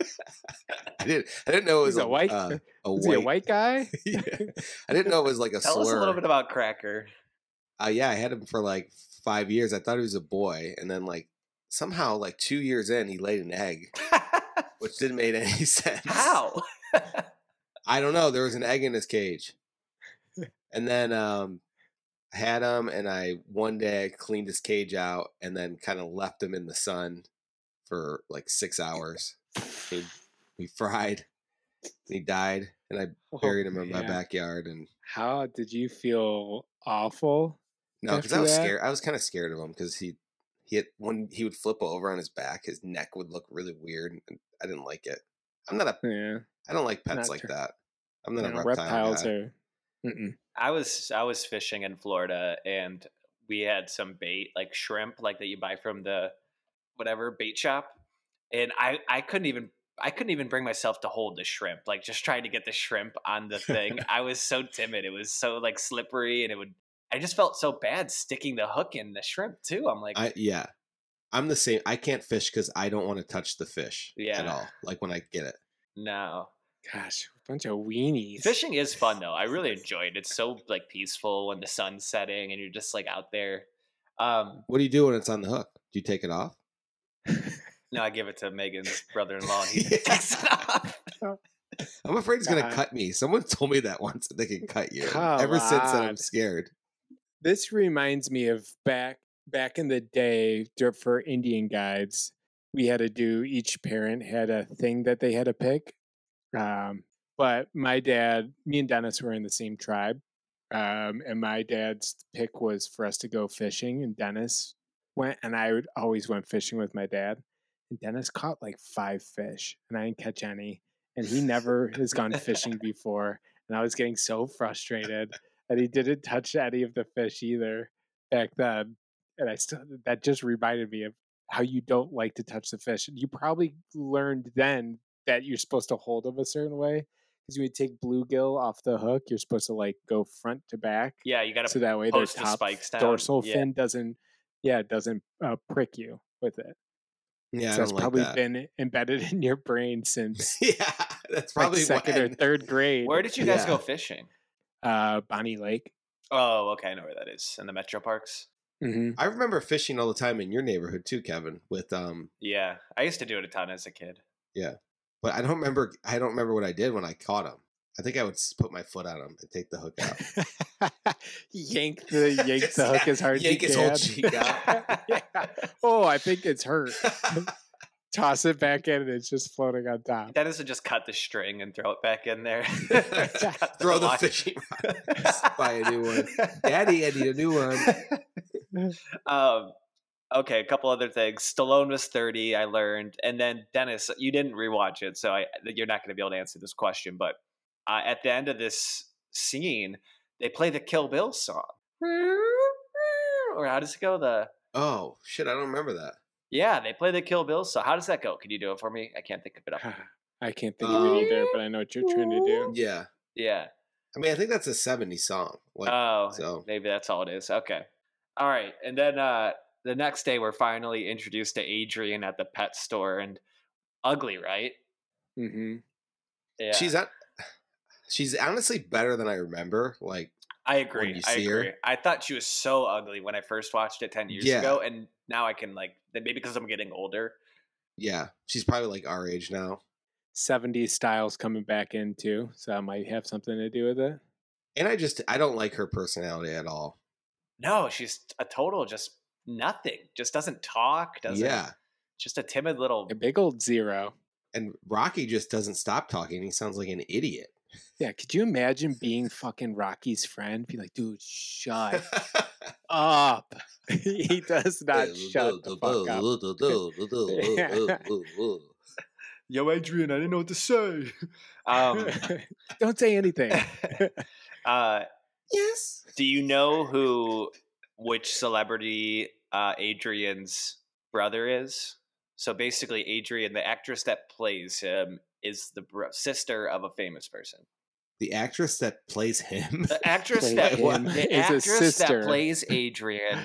[SPEAKER 2] I didn't. I didn't know it was
[SPEAKER 3] He's a white-
[SPEAKER 2] uh, a white.
[SPEAKER 3] is he a white guy
[SPEAKER 2] yeah. I didn't know it was like a
[SPEAKER 1] Tell
[SPEAKER 2] slur.
[SPEAKER 1] us a little bit about Cracker.
[SPEAKER 2] uh, yeah, I had him for like five years. I thought he was a boy, and then like somehow like two years in, he laid an egg, which didn't make any sense.
[SPEAKER 1] How?
[SPEAKER 2] I don't know. There was an egg in his cage. And then um I had him and I one day cleaned his cage out and then kind of left him in the sun for like six hours. He, he fried. He died. And I
[SPEAKER 3] Oh,
[SPEAKER 2] buried him in my
[SPEAKER 3] man.
[SPEAKER 2] backyard and
[SPEAKER 3] how did you feel awful
[SPEAKER 2] no, because
[SPEAKER 3] After
[SPEAKER 2] I was
[SPEAKER 3] that-
[SPEAKER 2] scared. I was kind of scared of him because he, he had, when he would flip over on his back, his neck would look really weird. And I didn't like it. I'm not a.
[SPEAKER 3] yeah
[SPEAKER 2] I don't like pets
[SPEAKER 3] Not
[SPEAKER 2] like
[SPEAKER 3] tur-
[SPEAKER 2] that. I'm
[SPEAKER 3] you
[SPEAKER 2] not
[SPEAKER 3] know,
[SPEAKER 2] a reptile
[SPEAKER 3] reptiles
[SPEAKER 2] guy.
[SPEAKER 3] are Mm-mm.
[SPEAKER 1] I was I was fishing in Florida and we had some bait like shrimp like that you buy from the whatever bait shop and I I couldn't even I couldn't even bring myself to hold the shrimp like just trying to get the shrimp on the thing I was so timid it was so like slippery and it would I just felt so bad sticking the hook in the shrimp too I'm like
[SPEAKER 2] I yeah, I'm the same. I can't fish because I don't want to touch the fish at
[SPEAKER 1] Yeah.
[SPEAKER 2] all. Like when I get it,
[SPEAKER 1] no
[SPEAKER 3] gosh a bunch of weenies
[SPEAKER 1] fishing is fun though i really enjoy it it's so like peaceful when the sun's setting and you're just like out there um
[SPEAKER 2] what do you do when it's on the hook? Do you take it off?
[SPEAKER 1] No, I give it to Megan's brother-in-law, and he takes it off.
[SPEAKER 2] I'm afraid it's gonna
[SPEAKER 3] God.
[SPEAKER 2] cut me. Someone told me that once that they can cut you.
[SPEAKER 3] Uh-huh. Come
[SPEAKER 2] Ever since then,
[SPEAKER 3] on.
[SPEAKER 2] I'm scared.
[SPEAKER 3] This reminds me of back back in the day dur- for Indian guides, we had to do each parent had a thing that they had to pick. Um, but my dad, me and Dennis were in the same tribe, um, and my dad's pick was for us to go fishing, and Dennis went, and I would always went fishing with my dad, and Dennis caught like five fish, and I didn't catch any, and he never has gone fishing before, and I was getting so frustrated and he didn't touch any of the fish either back then. And I still that just reminded me of how you don't like to touch the fish. You probably learned then that you're supposed to hold them a certain way because when you take bluegill off the hook, you're supposed to like go front to back,
[SPEAKER 1] Yeah, you got
[SPEAKER 3] so
[SPEAKER 1] to.
[SPEAKER 3] that way their
[SPEAKER 1] post the
[SPEAKER 3] top
[SPEAKER 1] spikes down.
[SPEAKER 3] dorsal
[SPEAKER 1] Yeah.
[SPEAKER 3] fin doesn't, yeah, it doesn't uh, prick you with it.
[SPEAKER 2] Yeah,
[SPEAKER 3] so
[SPEAKER 2] I
[SPEAKER 3] that's
[SPEAKER 2] don't like
[SPEAKER 3] probably
[SPEAKER 2] that.
[SPEAKER 3] been embedded in your brain since
[SPEAKER 2] yeah, that's probably
[SPEAKER 3] probably second or
[SPEAKER 2] when.
[SPEAKER 3] third grade.
[SPEAKER 1] Where did you guys go
[SPEAKER 2] Yeah.
[SPEAKER 1] fishing?
[SPEAKER 3] Uh, Bonnie Lake.
[SPEAKER 1] Oh, okay, I know where that is in the metro parks.
[SPEAKER 3] Mm-hmm.
[SPEAKER 2] I remember fishing all the time in your neighborhood too, Kevin. With um,
[SPEAKER 1] Yeah, I used to do it a ton as a kid.
[SPEAKER 2] but I don't remember. I don't remember what I did when I caught him. I think I would s- put my foot on him and take the hook out.
[SPEAKER 3] yank the yank
[SPEAKER 2] Just,
[SPEAKER 3] the hook
[SPEAKER 2] yeah,
[SPEAKER 3] as hard
[SPEAKER 2] yank
[SPEAKER 3] as
[SPEAKER 2] his
[SPEAKER 3] you
[SPEAKER 2] whole
[SPEAKER 3] can.
[SPEAKER 2] cheek out.
[SPEAKER 3] Yeah. Oh, I think it's hurt. Toss it back in, and it's just floating on top.
[SPEAKER 1] Dennis would just cut the string and throw it back in there.
[SPEAKER 2] Throw the
[SPEAKER 1] line.
[SPEAKER 2] fishing rod. Just buy a new one. Daddy, I need a new one.
[SPEAKER 1] Um, okay, a couple other things. Stallone was 30, I learned. And then, Dennis, you didn't rewatch it, so I, you're not going to be able to answer this question. But uh, at the end of this scene, they play the Kill Bill song. Or how does it go? The
[SPEAKER 2] Oh shit! I don't remember that.
[SPEAKER 1] Yeah, they play the Kill Bill song. How does that go? Can you do it for me? I can't think of it up.
[SPEAKER 3] I can't think of it either, but I know what you're trying to do.
[SPEAKER 2] Yeah,
[SPEAKER 1] Yeah.
[SPEAKER 2] I mean, I think that's a '70s song. Like,
[SPEAKER 1] Oh,
[SPEAKER 2] so
[SPEAKER 1] maybe that's all it is. Okay. All right. And then uh, the next day, we're finally introduced to Adrian at the pet store and ugly, right? Oh.
[SPEAKER 3] Mm-hmm.
[SPEAKER 1] Yeah.
[SPEAKER 2] She's at. She's honestly better than I remember. Like,
[SPEAKER 1] I agree.
[SPEAKER 2] you
[SPEAKER 1] I
[SPEAKER 2] see her.
[SPEAKER 1] agree. I thought she was so ugly when I first watched it 10 years
[SPEAKER 2] Yeah.
[SPEAKER 1] ago. And now I can, like, then maybe because I'm getting older.
[SPEAKER 2] yeah, she's probably like our age now.
[SPEAKER 3] 70s styles coming back in too, so that might have something to do with it.
[SPEAKER 2] And I just I don't like her personality at all.
[SPEAKER 1] No, she's a total just nothing. Just doesn't talk. Doesn't.
[SPEAKER 2] yeah,
[SPEAKER 1] Just a timid little.
[SPEAKER 3] A big old zero.
[SPEAKER 2] and Rocky just doesn't stop talking. He sounds like an idiot.
[SPEAKER 3] Yeah, could you imagine being fucking Rocky's friend? Be like, dude, shut up. he does not shut the fuck up.
[SPEAKER 1] Yo, Adrian, I didn't know what to say. um,
[SPEAKER 3] Don't say anything.
[SPEAKER 1] uh,
[SPEAKER 2] yes.
[SPEAKER 1] do you know who, which celebrity uh, Adrian's brother is? So basically, Adrian, the actress that plays him, is the bro- sister of a famous person.
[SPEAKER 2] The actress that plays him.
[SPEAKER 3] Uh,
[SPEAKER 1] The actress
[SPEAKER 3] Play
[SPEAKER 1] that
[SPEAKER 2] him
[SPEAKER 1] the
[SPEAKER 3] is a
[SPEAKER 1] actress that
[SPEAKER 3] sister.
[SPEAKER 1] plays Adrian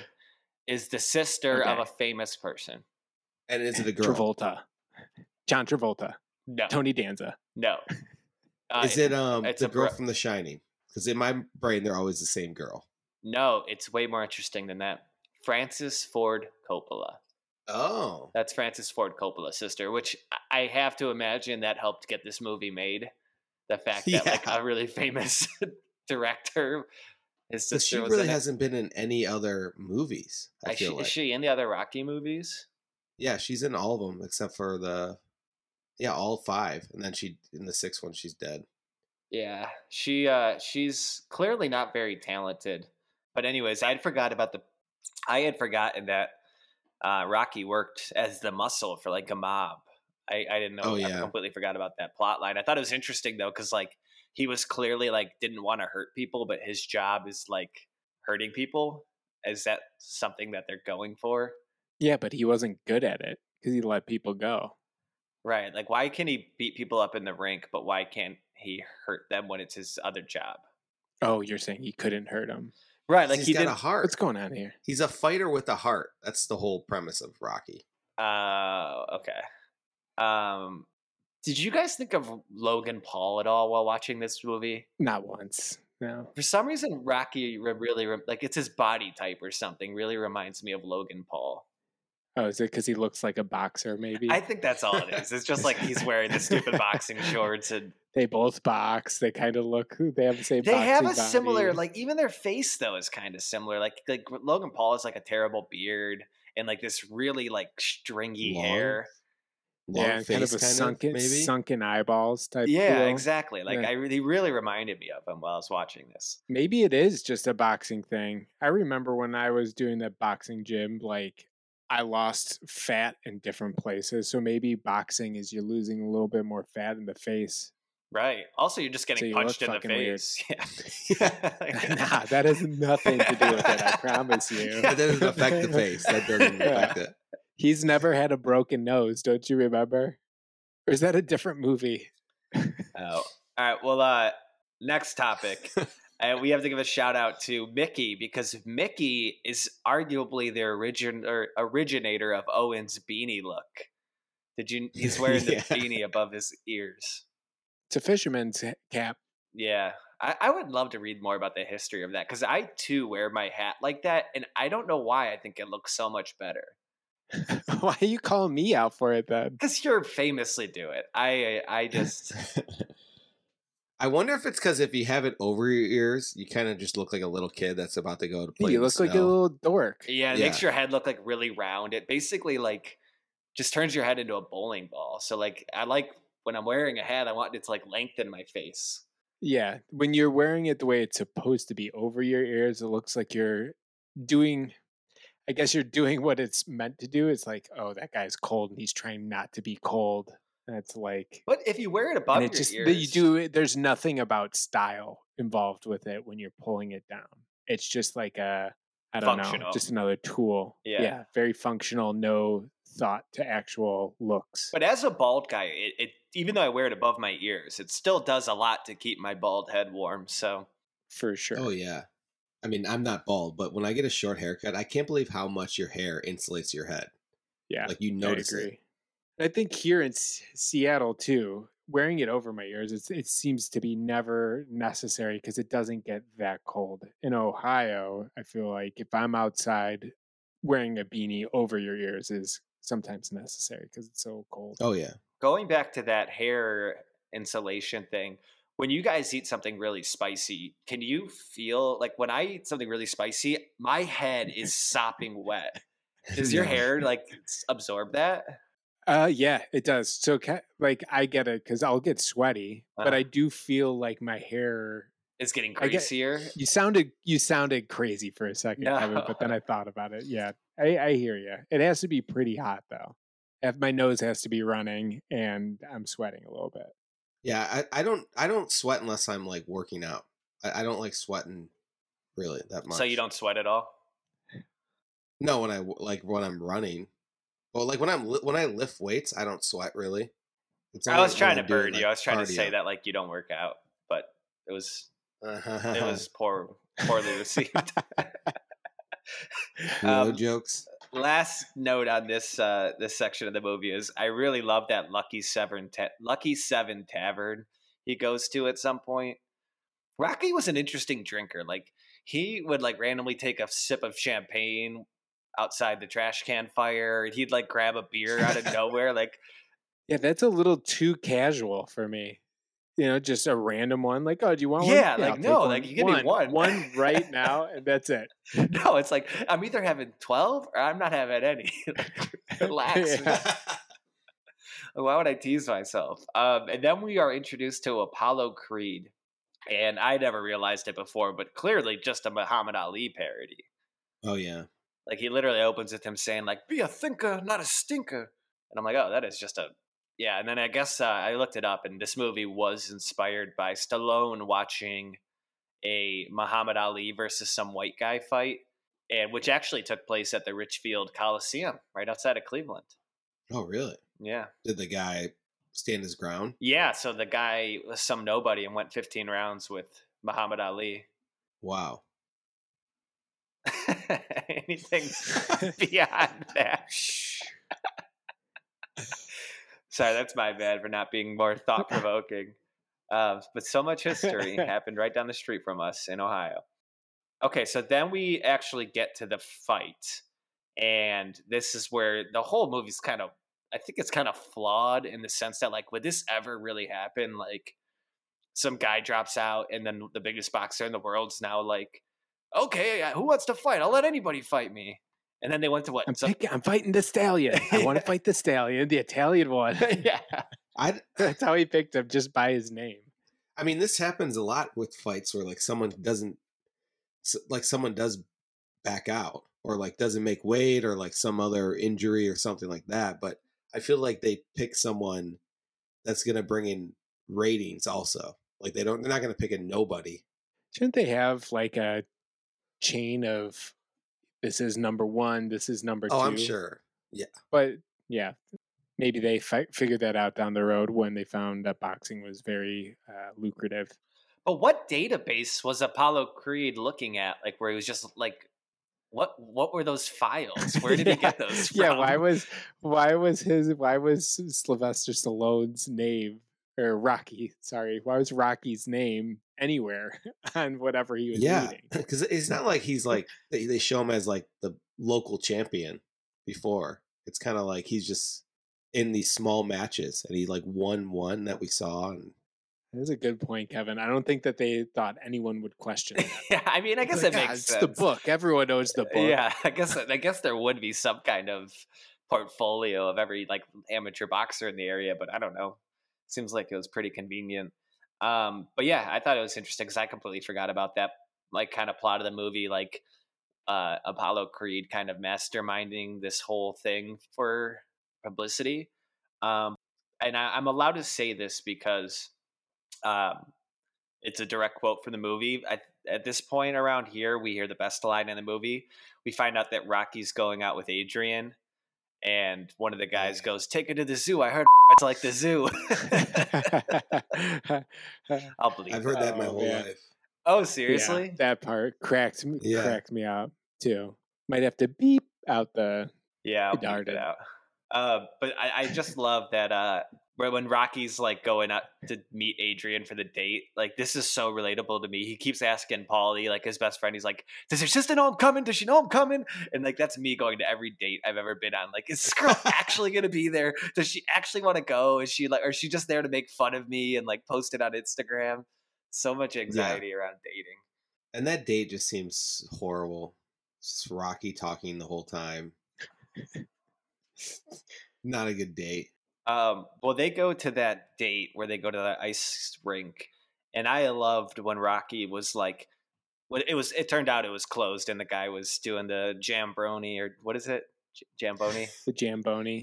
[SPEAKER 1] is the sister of
[SPEAKER 3] Okay.
[SPEAKER 1] a famous person.
[SPEAKER 2] and is it a girl?
[SPEAKER 3] Travolta. John Travolta.
[SPEAKER 1] No,
[SPEAKER 3] Tony Danza.
[SPEAKER 1] no. Uh,
[SPEAKER 2] Is it um
[SPEAKER 1] it's
[SPEAKER 2] the
[SPEAKER 1] a
[SPEAKER 2] girl
[SPEAKER 1] bro-
[SPEAKER 2] from The Shining? Because in my brain they're always the same girl.
[SPEAKER 1] No, it's way more interesting than that. Francis Ford Coppola.
[SPEAKER 2] Oh.
[SPEAKER 1] That's Francis Ford Coppola's sister, which I- I have to imagine that helped get this movie made. The fact that like
[SPEAKER 2] Yeah.
[SPEAKER 1] a really famous director, his
[SPEAKER 2] So
[SPEAKER 1] sister
[SPEAKER 2] she
[SPEAKER 1] was
[SPEAKER 2] really
[SPEAKER 1] in it.
[SPEAKER 2] hasn't been in any other movies. I
[SPEAKER 1] Is she,
[SPEAKER 2] feel like.
[SPEAKER 1] is she in the other Rocky movies?
[SPEAKER 2] yeah, she's in all of them except for the yeah, all five. And then she in the sixth one she's dead.
[SPEAKER 1] Yeah, she uh she's clearly not very talented. But anyways, I'd forgot about the I had forgotten that uh Rocky worked as the muscle for like a mob. I I didn't know
[SPEAKER 2] Oh,
[SPEAKER 1] I
[SPEAKER 2] yeah.
[SPEAKER 1] completely forgot about that plot line. I thought it was interesting though cuz like he was clearly like didn't want to hurt people, but his job is like hurting people. Is that something that they're going for?
[SPEAKER 3] Yeah, but he wasn't good at it because he let people go.
[SPEAKER 1] Right. Like why can he beat people up in the rink, but why can't he hurt them when it's his other job?
[SPEAKER 3] Oh, you're saying he couldn't hurt him.
[SPEAKER 1] Right, like
[SPEAKER 2] He's
[SPEAKER 1] he
[SPEAKER 2] got
[SPEAKER 1] didn't
[SPEAKER 2] a heart.
[SPEAKER 3] What's going on here?
[SPEAKER 2] He's a fighter with a heart. That's the whole premise of Rocky.
[SPEAKER 1] Oh, okay. Um, did you guys think of Logan Paul at all while watching this movie?
[SPEAKER 3] Not once. No.
[SPEAKER 1] For some reason, Rocky re- really re- like it's his body type or something. Really reminds me of Logan Paul.
[SPEAKER 3] Oh, is it because he looks like a boxer? Maybe
[SPEAKER 1] I think that's all it is. It's just like he's wearing the stupid boxing shorts, and
[SPEAKER 3] they both box. They kind of look. They have the same.
[SPEAKER 1] they have a
[SPEAKER 3] boxing
[SPEAKER 1] similar
[SPEAKER 3] body.
[SPEAKER 1] like even their face though is kind of similar. Like like Logan Paul has like a terrible beard and like this really like stringy
[SPEAKER 2] Long?
[SPEAKER 1] hair.
[SPEAKER 2] Long
[SPEAKER 3] yeah, kind of a sunken,
[SPEAKER 2] maybe.
[SPEAKER 3] sunken eyeballs type.
[SPEAKER 1] Yeah,
[SPEAKER 3] deal.
[SPEAKER 1] exactly. Like
[SPEAKER 3] Yeah.
[SPEAKER 1] I really really reminded me of him while I was watching this.
[SPEAKER 3] Maybe it is just a boxing thing. I remember when I was doing that boxing gym, like I lost fat in different places. So maybe boxing is you're losing a little bit more fat in the face.
[SPEAKER 1] Right. Also, you're just
[SPEAKER 3] So
[SPEAKER 1] getting
[SPEAKER 3] you look
[SPEAKER 1] punched in the
[SPEAKER 3] fucking weird.
[SPEAKER 1] face. Yeah.
[SPEAKER 3] nah, that has nothing to do with it. I promise you.
[SPEAKER 2] that doesn't affect the face. That doesn't affect it.
[SPEAKER 3] He's never had a broken nose. Don't you remember? Or is that a different movie?
[SPEAKER 1] Oh. All right. Well, uh, next topic. uh, we have to give a shout out to Mickey because Mickey is arguably the origin or originator of Owen's beanie look. Did you? He's wearing
[SPEAKER 2] Yeah.
[SPEAKER 1] the beanie above his ears.
[SPEAKER 3] It's a fisherman's ha- cap.
[SPEAKER 1] Yeah. I, I would love to read more about the history of that because I too wear my hat like that, and I don't know why I think it looks so much better.
[SPEAKER 3] Why are you calling me out for it then?
[SPEAKER 1] Because you're famously do it. I I just
[SPEAKER 2] I wonder if it's because if you have it over your ears, you kind of just look like a little kid that's about to go to play.
[SPEAKER 3] You
[SPEAKER 2] in the
[SPEAKER 3] look like a
[SPEAKER 2] snow.
[SPEAKER 3] little dork.
[SPEAKER 1] Yeah, it makes
[SPEAKER 2] Yeah.
[SPEAKER 1] your head look like really round. It basically like just turns your head into a bowling ball. So like I like when I'm wearing a hat, I want it to like lengthen my face.
[SPEAKER 3] Yeah, when you're wearing it the way it's supposed to be over your ears, it looks like you're doing. I guess you're doing what it's meant to do. It's like, oh, that guy's cold, and he's trying not to be cold. And it's like,
[SPEAKER 1] But if you wear it above
[SPEAKER 3] and it
[SPEAKER 1] your
[SPEAKER 3] just that
[SPEAKER 1] ears,
[SPEAKER 3] you do. it- There's nothing about style involved with it when you're pulling it down. It's just like a, I don't know,
[SPEAKER 1] Functional.
[SPEAKER 3] just another tool.
[SPEAKER 1] Yeah.
[SPEAKER 3] very functional. No thought to actual looks.
[SPEAKER 1] But as a bald guy, it, it even though I wear it above my ears, it still does a lot to keep my bald head warm. So
[SPEAKER 3] for sure.
[SPEAKER 2] Oh yeah, I mean, I'm not bald, but when I get a short haircut, I can't believe how much your hair insulates your head.
[SPEAKER 3] Yeah,
[SPEAKER 2] Like you notice it.
[SPEAKER 3] I think here in S- Seattle too, wearing it over my ears, it's, it seems to be never necessary because it doesn't get that cold. In Ohio, I feel like if I'm outside, wearing a beanie over your ears is sometimes necessary because it's so cold.
[SPEAKER 2] Oh yeah.
[SPEAKER 1] going back to that hair insulation thing when you guys eat something really spicy can you feel like when i eat something really spicy my head is sopping wet does your
[SPEAKER 2] No.
[SPEAKER 1] hair like s- absorb that
[SPEAKER 3] Uh, yeah, it does. So, ca- like, I get it because I'll get sweaty, but
[SPEAKER 1] Uh.
[SPEAKER 3] I do feel like my hair.
[SPEAKER 1] it's getting
[SPEAKER 3] I get-
[SPEAKER 1] greasier
[SPEAKER 3] You sounded you sounded crazy for a second, Kevin, but then I thought about it. Yeah, I, I hear you. It has to be pretty hot though. If my nose has to be running and I'm sweating a little bit.
[SPEAKER 2] Yeah, I, I don't I don't sweat unless I'm like working out. I, I don't like sweating really that much.
[SPEAKER 1] so you don't sweat at all
[SPEAKER 2] No, when I w- like when I'm running, well, like when I'm li- when I lift weights, I don't sweat really. It's
[SPEAKER 1] i
[SPEAKER 2] only
[SPEAKER 1] was
[SPEAKER 2] when
[SPEAKER 1] trying to
[SPEAKER 2] I'm doing,
[SPEAKER 1] bird you
[SPEAKER 2] like,
[SPEAKER 1] i was trying to say
[SPEAKER 2] cardio.
[SPEAKER 1] that like you don't work out but it was it
[SPEAKER 2] Uh-huh.
[SPEAKER 1] was poor poorly received
[SPEAKER 2] Low
[SPEAKER 1] um,
[SPEAKER 2] jokes.
[SPEAKER 1] last note on this uh this section of the movie is I really love that Lucky Seven ta- Lucky Seven Tavern he goes to at some point. Rocky was an interesting drinker. Like he would like randomly take a sip of champagne outside the trash can fire. and He'd like grab a beer out of nowhere. Like
[SPEAKER 3] Yeah, that's a little too casual for me. You know, just a random one. Like, oh, do you want one?
[SPEAKER 1] Yeah, like,
[SPEAKER 3] I'll take
[SPEAKER 1] no, like, you give me one."
[SPEAKER 3] one right now, and that's it.
[SPEAKER 1] no, it's like I'm either having twelve or I'm not having any. Like, relax.
[SPEAKER 3] Yeah.
[SPEAKER 1] Why would I tease myself? Um, and then we are introduced to Apollo Creed. And I never realized it before, but clearly just a Muhammad Ali parody.
[SPEAKER 2] oh yeah.
[SPEAKER 1] Like he literally opens with him saying, like, be a thinker, not a stinker. And I'm like, oh, that is just a yeah. And then I guess uh, I looked it up, and this movie was inspired by Stallone watching a Muhammad Ali versus some white guy fight, and which actually took place at the Richfield Coliseum right outside of Cleveland.
[SPEAKER 2] Oh really?
[SPEAKER 1] Yeah.
[SPEAKER 2] Did the guy stand his ground?
[SPEAKER 1] Yeah, so the guy was some nobody and went 15 rounds with Muhammad Ali.
[SPEAKER 2] Wow.
[SPEAKER 1] Anything beyond that? Sorry, that's my bad for not being more thought provoking. Uh, but so much history happened right down the street from us in Ohio. Okay, so then we actually get to the fight. And this is where the whole movie's kind of, I think it's kind of flawed in the sense that, like, would this ever really happen? Like, some guy drops out, and then the biggest boxer in the world's now like, okay, uh, who wants to fight? I'll let anybody fight me. And then they went to what?
[SPEAKER 3] I'm,
[SPEAKER 1] some-
[SPEAKER 3] pick- I'm fighting the stallion. I want to fight the stallion, the Italian one.
[SPEAKER 1] yeah.
[SPEAKER 2] I
[SPEAKER 3] That's how he picked him, just by his name.
[SPEAKER 2] I mean, this happens a lot with fights where like someone doesn't, s- like someone does back out or like doesn't make weight or like some other injury or something like that. But I feel like they pick someone that's going to bring in ratings also. Like they don't, they're not going to pick a nobody.
[SPEAKER 3] Shouldn't they have like a chain of this is number one, this is number two?
[SPEAKER 2] Oh, I'm sure.
[SPEAKER 3] But yeah, maybe they fi- figured that out down the road when they found that boxing was very uh, lucrative.
[SPEAKER 1] But what database was Apollo Creed looking at? Like where he was just like what what were those files? Where did he get
[SPEAKER 3] Yeah,
[SPEAKER 1] those from?
[SPEAKER 3] Yeah, why was why was his why was Sylvester Stallone's name or Rocky? Sorry, why was Rocky's name anywhere on whatever he was
[SPEAKER 2] Yeah.
[SPEAKER 3] eating?
[SPEAKER 2] Cause it's not like he's like, they, they show him as like the local champion before. It's kind of like he's just in these small matches and he like won one that we saw and
[SPEAKER 3] That's a good point, Kevin. I don't think that they thought anyone would question that.
[SPEAKER 1] yeah, I mean, I guess
[SPEAKER 3] Like,
[SPEAKER 1] it makes
[SPEAKER 3] "Ah, it's
[SPEAKER 1] sense.
[SPEAKER 3] the book. Everyone knows the book.
[SPEAKER 1] Yeah, I guess I guess there would be some kind of portfolio of every like amateur boxer in the area, but I don't know. Seems like it was pretty convenient. Um, but yeah, I thought it was interesting because I completely forgot about that like kind of plot of the movie, like uh, Apollo Creed kind of masterminding this whole thing for publicity. Um, and I, I'm allowed to say this because um, it's a direct quote from the movie. At, at this point around here, we hear the best line in the movie. We find out that Rocky's going out with Adrian, and one of the guys goes, "Take her to the zoo." I heard it's like the zoo. I'll believe.
[SPEAKER 2] I've
[SPEAKER 1] it.
[SPEAKER 2] heard that my
[SPEAKER 3] Oh,
[SPEAKER 2] whole
[SPEAKER 3] man.
[SPEAKER 2] life.
[SPEAKER 1] Oh,
[SPEAKER 3] Yeah,
[SPEAKER 1] seriously?
[SPEAKER 3] that part cracked me,
[SPEAKER 2] Yeah.
[SPEAKER 3] cracked me up too. Might have to beep out the.
[SPEAKER 1] Yeah, I'll
[SPEAKER 3] Pretty
[SPEAKER 1] bleep it
[SPEAKER 3] darted.
[SPEAKER 1] out. Uh, but I, I just love that uh, where when Rocky's like going out to meet Adrian for the date, like this is so relatable to me. He keeps asking Polly, like his best friend, he's like, "Does your sister know I'm coming? Does she know I'm coming?" And like that's me going to every date I've ever been on. Like, is this girl actually gonna be there? Does she actually want to go? Is she like, or is she just there to make fun of me and like post it on Instagram? So much anxiety around dating.
[SPEAKER 2] And that date just seems horrible. It's just Rocky talking the whole time. Not a good date.
[SPEAKER 1] Um, well, they go to that date where they go to the ice rink, and I loved when Rocky was like, "What it was." It turned out it was closed, and the guy was doing the jambroni or what is it, J- jamboni?
[SPEAKER 3] The jamboni.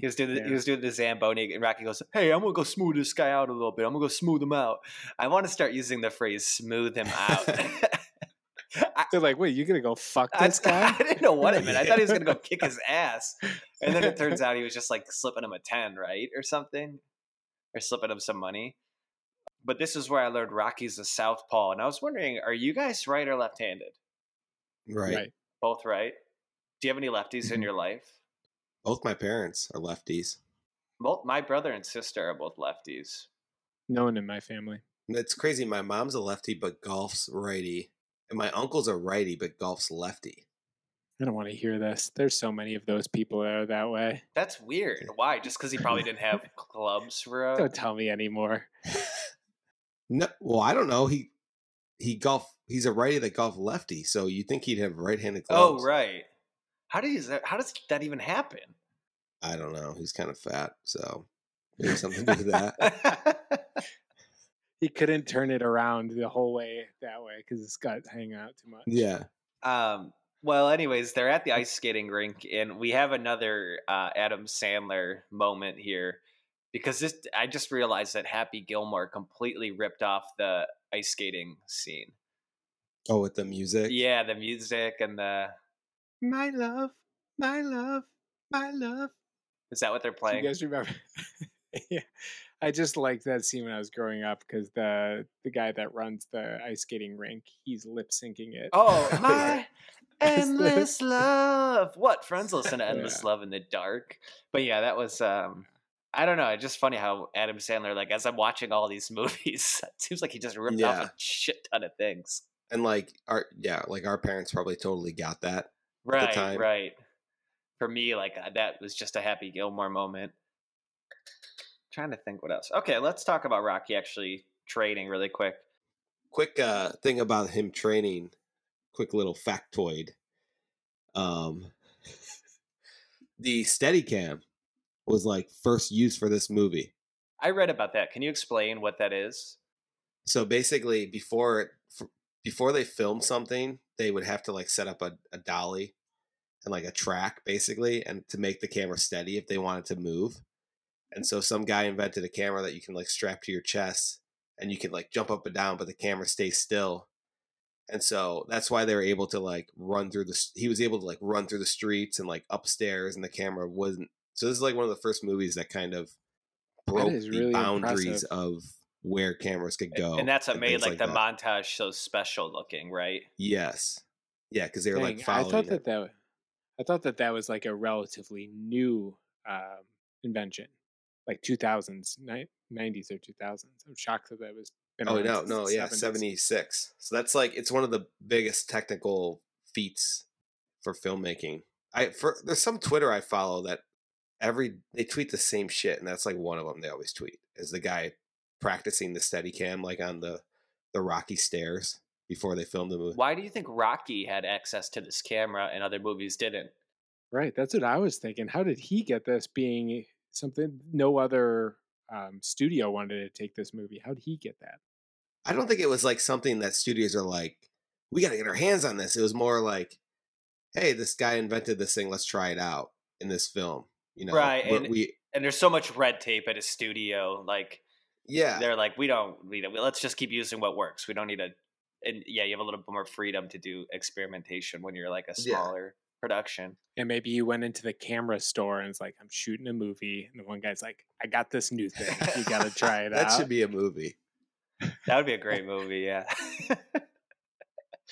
[SPEAKER 1] He was doing the, he
[SPEAKER 3] Yeah.
[SPEAKER 1] was doing the zamboni, and Rocky goes, "Hey, I'm gonna go smooth this guy out a little bit. I'm gonna go smooth him out. I want to start using the phrase smooth him out." I,
[SPEAKER 3] They're like, wait, you gonna go fuck
[SPEAKER 1] I,
[SPEAKER 3] this guy?
[SPEAKER 1] I didn't know what it meant. I thought he was gonna go kick his ass. And then it turns out he was just like slipping him a 10, right? Or something. Or slipping him some money. But this is where I learned Rocky's a southpaw. And I was wondering, are you guys right or left handed?
[SPEAKER 2] Right.
[SPEAKER 1] Both right? Do you have any lefties in
[SPEAKER 3] Mhm.
[SPEAKER 1] your life?
[SPEAKER 2] Both my parents are lefties.
[SPEAKER 1] Both, my brother and sister are both lefties.
[SPEAKER 3] No one in my family.
[SPEAKER 2] And It's crazy. My mom's a lefty, but golf's righty. And my uncle's a righty, but golf's lefty.
[SPEAKER 3] I don't want to hear this. There's so many of those people that are that way.
[SPEAKER 1] That's weird. Why? Just because he probably didn't have clubs for a.
[SPEAKER 3] Don't tell me anymore.
[SPEAKER 2] No, well, I don't know. He he golf. He's a righty that golf lefty. So you think he'd have right-handed
[SPEAKER 1] Oh,
[SPEAKER 2] gloves?
[SPEAKER 1] right. How, do you, how does that even happen?
[SPEAKER 2] I don't know. He's kind of fat, so maybe something to do with that.
[SPEAKER 3] He couldn't turn it around the whole way that way because his gut hang out too much.
[SPEAKER 2] Yeah.
[SPEAKER 1] Um, well, anyways, they're
[SPEAKER 3] Mm.
[SPEAKER 1] at the ice skating rink, and we have another uh, Adam Sandler moment here because this I just realized that Happy Gilmore completely ripped off the ice skating scene.
[SPEAKER 2] Oh, with the music.
[SPEAKER 1] Yeah, the music and the
[SPEAKER 3] My love, my love, my love.
[SPEAKER 1] is that what they're
[SPEAKER 3] Do
[SPEAKER 1] playing?
[SPEAKER 3] You guys remember? yeah, I just liked that scene when I was growing up because the the guy that runs the ice skating rink, he's lip syncing it.
[SPEAKER 1] Oh,
[SPEAKER 2] Yeah.
[SPEAKER 1] my endless
[SPEAKER 3] Endless
[SPEAKER 1] love. What friends listen to endless
[SPEAKER 3] Yeah.
[SPEAKER 1] love in the dark? But yeah, that was um I don't know. It's just funny how Adam Sandler, like, as I'm watching all these movies, it seems like he just ripped off
[SPEAKER 2] Yeah.
[SPEAKER 1] a shit ton of things.
[SPEAKER 2] And like our yeah, like our parents probably totally got that.
[SPEAKER 1] Right,
[SPEAKER 2] time.
[SPEAKER 1] right. For me, like uh, that was just a Happy Gilmore moment. Trying to think what else. Okay, let's talk about Rocky actually trading really quick.
[SPEAKER 2] Quick uh thing about him training. Quick little factoid. Um the Steadicam was like first used for this movie.
[SPEAKER 1] I read about that. Can you explain what that is?
[SPEAKER 2] so basically before it- f- before they film something they would have to like set up a, a dolly and like a track basically and to make the camera steady if they wanted to move and so some guy invented a camera that you can like strap to your chest and you can like jump up and down but the camera stays still and so that's why they were able to like run through the s- he was able to like run through the streets and like upstairs and the camera wasn't so this is like one of the first movies that kind of broke
[SPEAKER 3] is
[SPEAKER 2] the
[SPEAKER 3] really
[SPEAKER 2] boundaries
[SPEAKER 3] impressive.
[SPEAKER 2] of where cameras could go
[SPEAKER 1] and that's what made
[SPEAKER 2] Oh,
[SPEAKER 1] like,
[SPEAKER 2] things
[SPEAKER 1] the
[SPEAKER 2] that.
[SPEAKER 1] montage so special looking, right?
[SPEAKER 2] yes yeah because they were like
[SPEAKER 3] Dang, I
[SPEAKER 2] following
[SPEAKER 3] thought
[SPEAKER 2] it.
[SPEAKER 3] that that wa- I thought that that was like a relatively new um, invention, like 2000s, ni- 90s or 2000s. I'm shocked that that was. Been
[SPEAKER 2] oh
[SPEAKER 3] around
[SPEAKER 2] no
[SPEAKER 3] since
[SPEAKER 2] no
[SPEAKER 3] the
[SPEAKER 2] yeah
[SPEAKER 3] 70s.
[SPEAKER 2] 76 so that's like it's one of the biggest technical feats for filmmaking i for there's some twitter i follow that every they tweet the same shit and that's like one of them they always tweet is the guy practicing the steady cam like on the the rocky stairs before they filmed the movie
[SPEAKER 1] Why do you think Rocky had access to this camera and other movies didn't?
[SPEAKER 3] Right, that's what I was thinking. How did he get this being something no other um, studio wanted to take this movie? How did he get that?
[SPEAKER 2] I don't think it was like something that studios are like, we got to get our hands on this. It was more like, hey, this guy invented this thing. Let's try it out in this film. You know,
[SPEAKER 1] Right,
[SPEAKER 2] we're-
[SPEAKER 1] and-
[SPEAKER 2] we
[SPEAKER 1] And there's so much red tape at a studio, like
[SPEAKER 2] yeah,
[SPEAKER 1] they're like, we don't need it. Let's just keep using what works. We don't need a, and yeah, you have a little bit more freedom to do experimentation when you're like a
[SPEAKER 2] Yeah.
[SPEAKER 1] smaller production.
[SPEAKER 3] And maybe he went into the camera store and was like, "I'm shooting a movie," and the one guy's like, "I got this new thing. You got to try it
[SPEAKER 2] that
[SPEAKER 3] out."
[SPEAKER 2] should be a movie.
[SPEAKER 1] That would be a great movie. Yeah.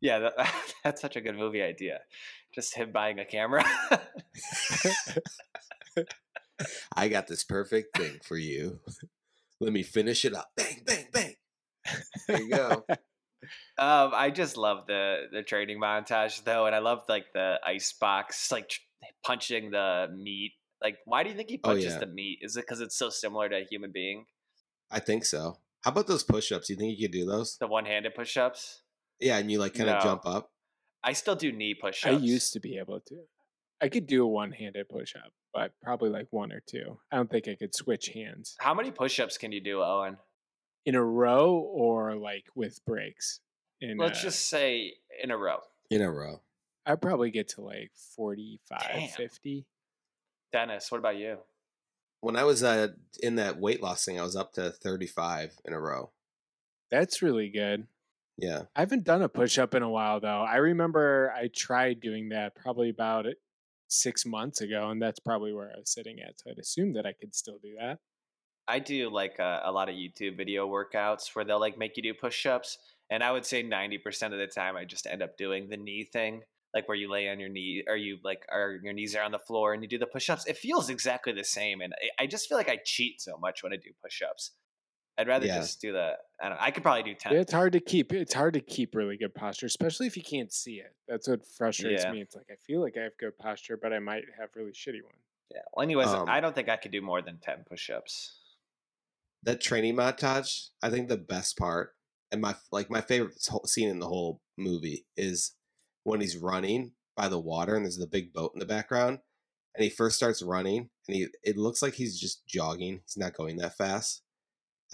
[SPEAKER 1] Yeah, that, that's such a good movie idea. Just him buying a camera.
[SPEAKER 2] I got this perfect thing for you. Let me finish it up. Bang, bang, bang. There you go.
[SPEAKER 1] Um, I just love the the training montage though, and I love like the ice box, like tr- punching the meat. Like, why do you think he
[SPEAKER 2] Oh,
[SPEAKER 1] punches
[SPEAKER 2] yeah.
[SPEAKER 1] the meat? Is it because it's so similar to a human being?
[SPEAKER 2] I think so. How about those push-ups? You think you could do those?
[SPEAKER 1] The one handed push ups.
[SPEAKER 2] Yeah, and you like kind of
[SPEAKER 1] No.
[SPEAKER 2] jump up.
[SPEAKER 1] I still do knee push
[SPEAKER 3] I
[SPEAKER 1] ups.
[SPEAKER 3] used to be able to. I could do a one-handed push-up, but probably like one or two. I don't think I could switch hands
[SPEAKER 1] How many push ups can you do, Owen?
[SPEAKER 3] in a row or like with breaks. And
[SPEAKER 1] Let's just say in a row.
[SPEAKER 2] in a row.
[SPEAKER 3] I probably get to like 45,
[SPEAKER 1] Damn.
[SPEAKER 3] 50.
[SPEAKER 1] Dennis, what about you?
[SPEAKER 2] When I was uh, in that weight loss thing, I was up to 35 in a row.
[SPEAKER 3] That's really good.
[SPEAKER 2] Yeah.
[SPEAKER 3] I haven't done a push up in a while though. I remember I tried doing that probably about six months ago, and that's probably where I was sitting at. So I'd assume that I could still do that.
[SPEAKER 1] I do like a, a lot of YouTube video workouts where they'll like make you do push ups. And I would say 90% of the time, I just end up doing the knee thing, like where you lay on your knee or you like, or your knees are on the floor and you do the push ups. It feels exactly the same. And I, I just feel like I cheat so much when I do push ups. I'd rather
[SPEAKER 2] Yeah.
[SPEAKER 1] just do the, I don't know, I could probably do 10.
[SPEAKER 3] Yeah, it's hard to keep. It's hard to keep really good posture, especially if you can't see it. That's what frustrates
[SPEAKER 1] Yeah.
[SPEAKER 3] me. It's like I feel like I have good posture, but I might have really shitty one.
[SPEAKER 1] Yeah. Well, anyways,
[SPEAKER 2] Um,
[SPEAKER 1] I don't think I could do more than 10 push ups.
[SPEAKER 2] That training montage, I think the best part and my like my favorite s- whole scene in the whole movie is when he's running by the water and there's the big boat in the background and he first starts running and he it looks like he's just jogging. He's not going that fast.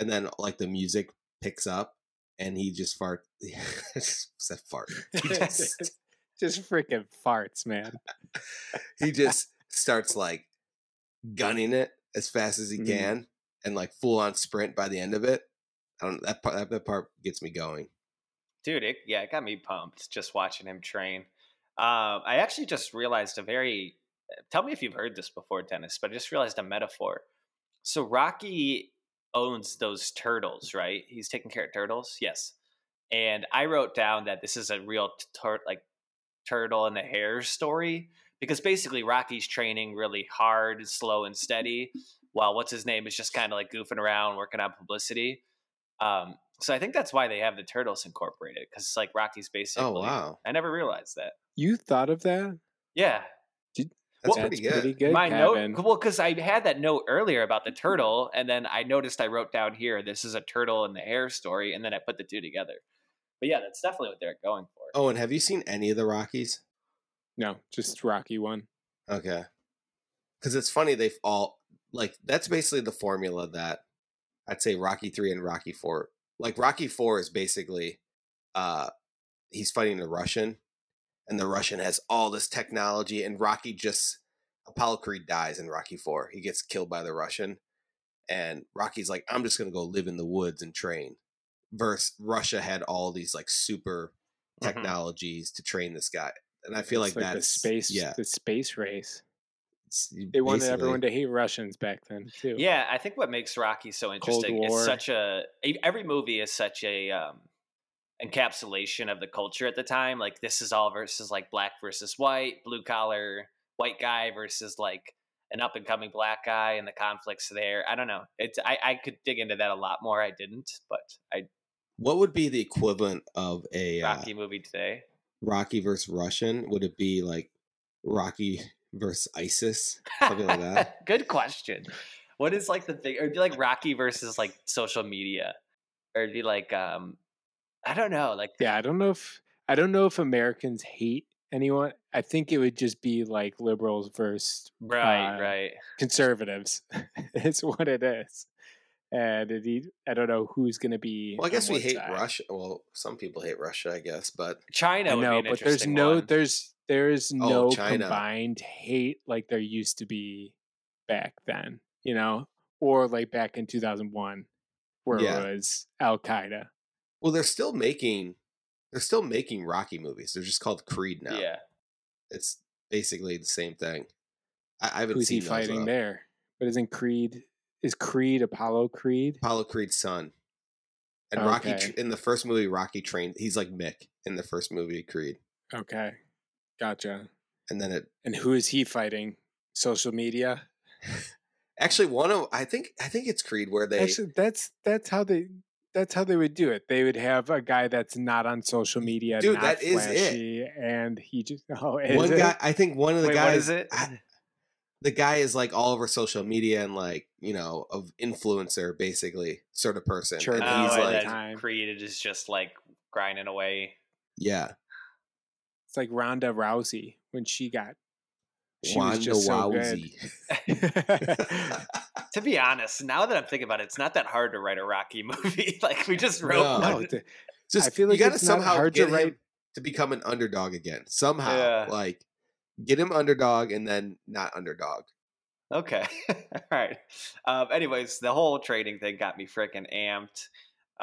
[SPEAKER 2] And then like the music picks up and he just fart just said fart. He just
[SPEAKER 3] Just freaking farts, man.
[SPEAKER 2] he just starts like gunning it as fast as he
[SPEAKER 3] Mhm.
[SPEAKER 2] can and like full on sprint by the end of it. I don't that part that, that part gets me going.
[SPEAKER 1] dude it, yeah it got me pumped just watching him train um, i actually just realized a very uh, tell me if you've heard this before dennis but i just realized a metaphor so rocky owns those turtles right he's taking care of turtles yes and i wrote down that this is a real t- tur- like turtle and the hare story because basically rocky's training really hard and slow and steady while what's his name is just kind of like goofing around working on publicity um, so I think that's why they have the turtles incorporated because it's like Rocky's basically.
[SPEAKER 2] Oh wow.
[SPEAKER 1] I never realized that.
[SPEAKER 3] You thought of that?
[SPEAKER 1] Yeah,
[SPEAKER 2] That's
[SPEAKER 1] Well,
[SPEAKER 2] pretty good.
[SPEAKER 1] my
[SPEAKER 3] Kevin.
[SPEAKER 1] note. Well, because I had that note earlier about the turtle, and then I noticed I wrote down here this is a turtle and the hair story, and then I put the two together. But yeah, that's definitely what they're going for.
[SPEAKER 2] Oh, and have you seen any of the Rockies?
[SPEAKER 3] No, just Rocky one.
[SPEAKER 2] Okay. Cuz it's funny they've all like that's basically the formula that I'd say Rocky 3 and Rocky 4. Like Rocky 4 is basically uh he's fighting the Russian and the Russian has all this technology and Rocky just Apollo Creed dies in Rocky 4. He gets killed by the Russian and Rocky's like I'm just going to go live in the woods and train. Versus Russia had all these like super
[SPEAKER 1] Mhm.
[SPEAKER 2] technologies to train this guy. And I feel
[SPEAKER 3] Mm-hmm. It's
[SPEAKER 2] like,
[SPEAKER 3] the
[SPEAKER 2] that's
[SPEAKER 3] space.
[SPEAKER 2] yeah.
[SPEAKER 3] the space race.
[SPEAKER 2] it's-
[SPEAKER 3] They wanted
[SPEAKER 2] basically-
[SPEAKER 3] everyone to hate Russians back then too.
[SPEAKER 1] Yeah, I think what makes Rocky so interesting is
[SPEAKER 3] War.
[SPEAKER 1] such a e- every movie is such a um, encapsulation of the culture at the time. Like this is all versus like black versus white, blue collar white guy versus like an up and coming black guy, and the conflicts there. I don't know. It's I, I could dig into that a lot more. I didn't, but I
[SPEAKER 2] What would be the equivalent of a uh,
[SPEAKER 1] Rocky movie today.
[SPEAKER 2] Rocky versus Russian? Would it be like Rocky versus ISIS? Something like that.
[SPEAKER 1] Good question. What is like the big? Or it'd be like Rocky versus like social media, or it'd be like um, I don't know, like.
[SPEAKER 3] Yeah, I don't know if I don't know if Americans hate anyone. I think it would just be like liberals versus
[SPEAKER 1] Right,
[SPEAKER 3] uh,
[SPEAKER 1] right.
[SPEAKER 3] conservatives. it's what it is. And it, e- I don't know who's going to be.
[SPEAKER 2] Well, I guess
[SPEAKER 3] on
[SPEAKER 2] we
[SPEAKER 3] what
[SPEAKER 2] hate
[SPEAKER 3] side.
[SPEAKER 2] Russia. Well, some people hate Russia, I guess, but
[SPEAKER 1] China.
[SPEAKER 3] I
[SPEAKER 1] would
[SPEAKER 3] know,
[SPEAKER 1] be an
[SPEAKER 3] but there's
[SPEAKER 1] interesting
[SPEAKER 3] no
[SPEAKER 1] one.
[SPEAKER 3] there's there is no
[SPEAKER 2] Oh, China.
[SPEAKER 3] combined hate like there used to be back then, you know, or like back in 2001 where
[SPEAKER 2] Yeah.
[SPEAKER 3] it was Al Qaeda.
[SPEAKER 2] well, they're still making they're still making Rocky movies. They're just called Creed now.
[SPEAKER 1] Yeah,
[SPEAKER 2] It's basically the same thing. I, I haven't
[SPEAKER 3] Who's
[SPEAKER 2] seen
[SPEAKER 3] he
[SPEAKER 2] those,
[SPEAKER 3] fighting
[SPEAKER 2] though.
[SPEAKER 3] there? But isn't Creed is Creed Apollo Creed?
[SPEAKER 2] Apollo Creed's son. And Rocky
[SPEAKER 3] Okay.
[SPEAKER 2] Rocky in the first movie, Rocky trained. He's like Mick in the first movie, Creed,
[SPEAKER 3] Okay. Gotcha.
[SPEAKER 2] and then it
[SPEAKER 3] And who is he fighting? Social media.
[SPEAKER 2] actually one of I think I think it's Creed where they
[SPEAKER 3] Actually, that's that's how they that's how they would do it. They would have a guy that's not on social media,
[SPEAKER 2] Dude,
[SPEAKER 3] not
[SPEAKER 2] that is it.
[SPEAKER 3] flashy, and he just oh, is
[SPEAKER 2] one
[SPEAKER 3] it?
[SPEAKER 2] guy. I think one of the
[SPEAKER 1] Wait,
[SPEAKER 2] guys.
[SPEAKER 1] what is it?
[SPEAKER 2] I- the guy is like all over social media and like you know of influencer basically sort of person.
[SPEAKER 3] Sure.
[SPEAKER 2] And
[SPEAKER 1] oh,
[SPEAKER 2] he's
[SPEAKER 1] and
[SPEAKER 2] like
[SPEAKER 1] then
[SPEAKER 3] Time.
[SPEAKER 1] Creed is just like grinding away.
[SPEAKER 2] yeah,
[SPEAKER 3] It's like Ronda Rousey when she got she
[SPEAKER 2] Wanda
[SPEAKER 3] was just so good.
[SPEAKER 2] Wowsy.
[SPEAKER 1] To be honest, now that I'm thinking about it, it's not that hard to write a Rocky movie. like we just wrote one.
[SPEAKER 2] No.
[SPEAKER 3] no, th-
[SPEAKER 2] Just
[SPEAKER 3] I feel like
[SPEAKER 2] you got to
[SPEAKER 3] it's not
[SPEAKER 2] somehow
[SPEAKER 3] hard to
[SPEAKER 2] get him
[SPEAKER 3] write-
[SPEAKER 2] to become an underdog again somehow.
[SPEAKER 1] Yeah.
[SPEAKER 2] Like get him underdog and then not underdog.
[SPEAKER 1] Okay. All right. Um, anyways, the whole trading thing got me freaking amped.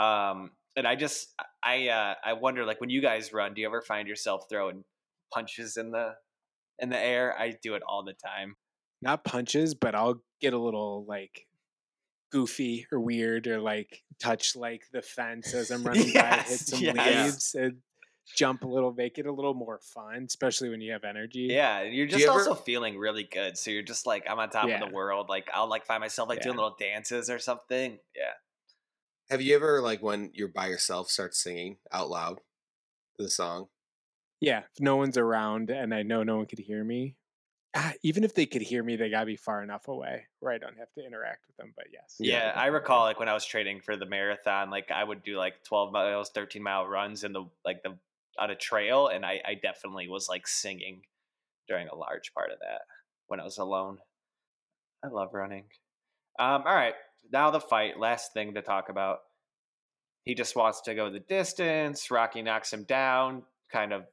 [SPEAKER 1] Um, and I just, I, uh, I wonder, like, when you guys run, do you ever find yourself throwing punches in the, in the air? I do it all the time.
[SPEAKER 3] not punches, but I'll get a little like goofy or weird or like touch like the fence as I'm running by, hit
[SPEAKER 1] Yes,
[SPEAKER 3] some
[SPEAKER 1] yes.
[SPEAKER 3] leaves and jump a little, make it a little more fun, especially when you have energy.
[SPEAKER 1] Yeah, and you're
[SPEAKER 2] Do you
[SPEAKER 1] just
[SPEAKER 2] ever-
[SPEAKER 1] also feeling really good, so you're just like, I'm on top
[SPEAKER 3] Yeah.
[SPEAKER 1] of the world. Like, I'll like find myself like doing
[SPEAKER 3] Yeah.
[SPEAKER 1] little dances or something. Yeah.
[SPEAKER 2] Have you ever like when you're by yourself start singing out loud the song?
[SPEAKER 3] Yeah, if no one's around and I know no one could hear me. Ah, even if they could hear me, they gotta be far enough away where I don't have to interact with them. But yes,
[SPEAKER 1] yeah, I recall like when I was training for the marathon, like I would do like 12 miles, 13 mile runs in the like the on a trail, and I I definitely was like singing during a large part of that when I was alone. I love running. Um, all right, now the fight. Last thing to talk about. He just wants to go the distance. Rocky knocks him down, kind of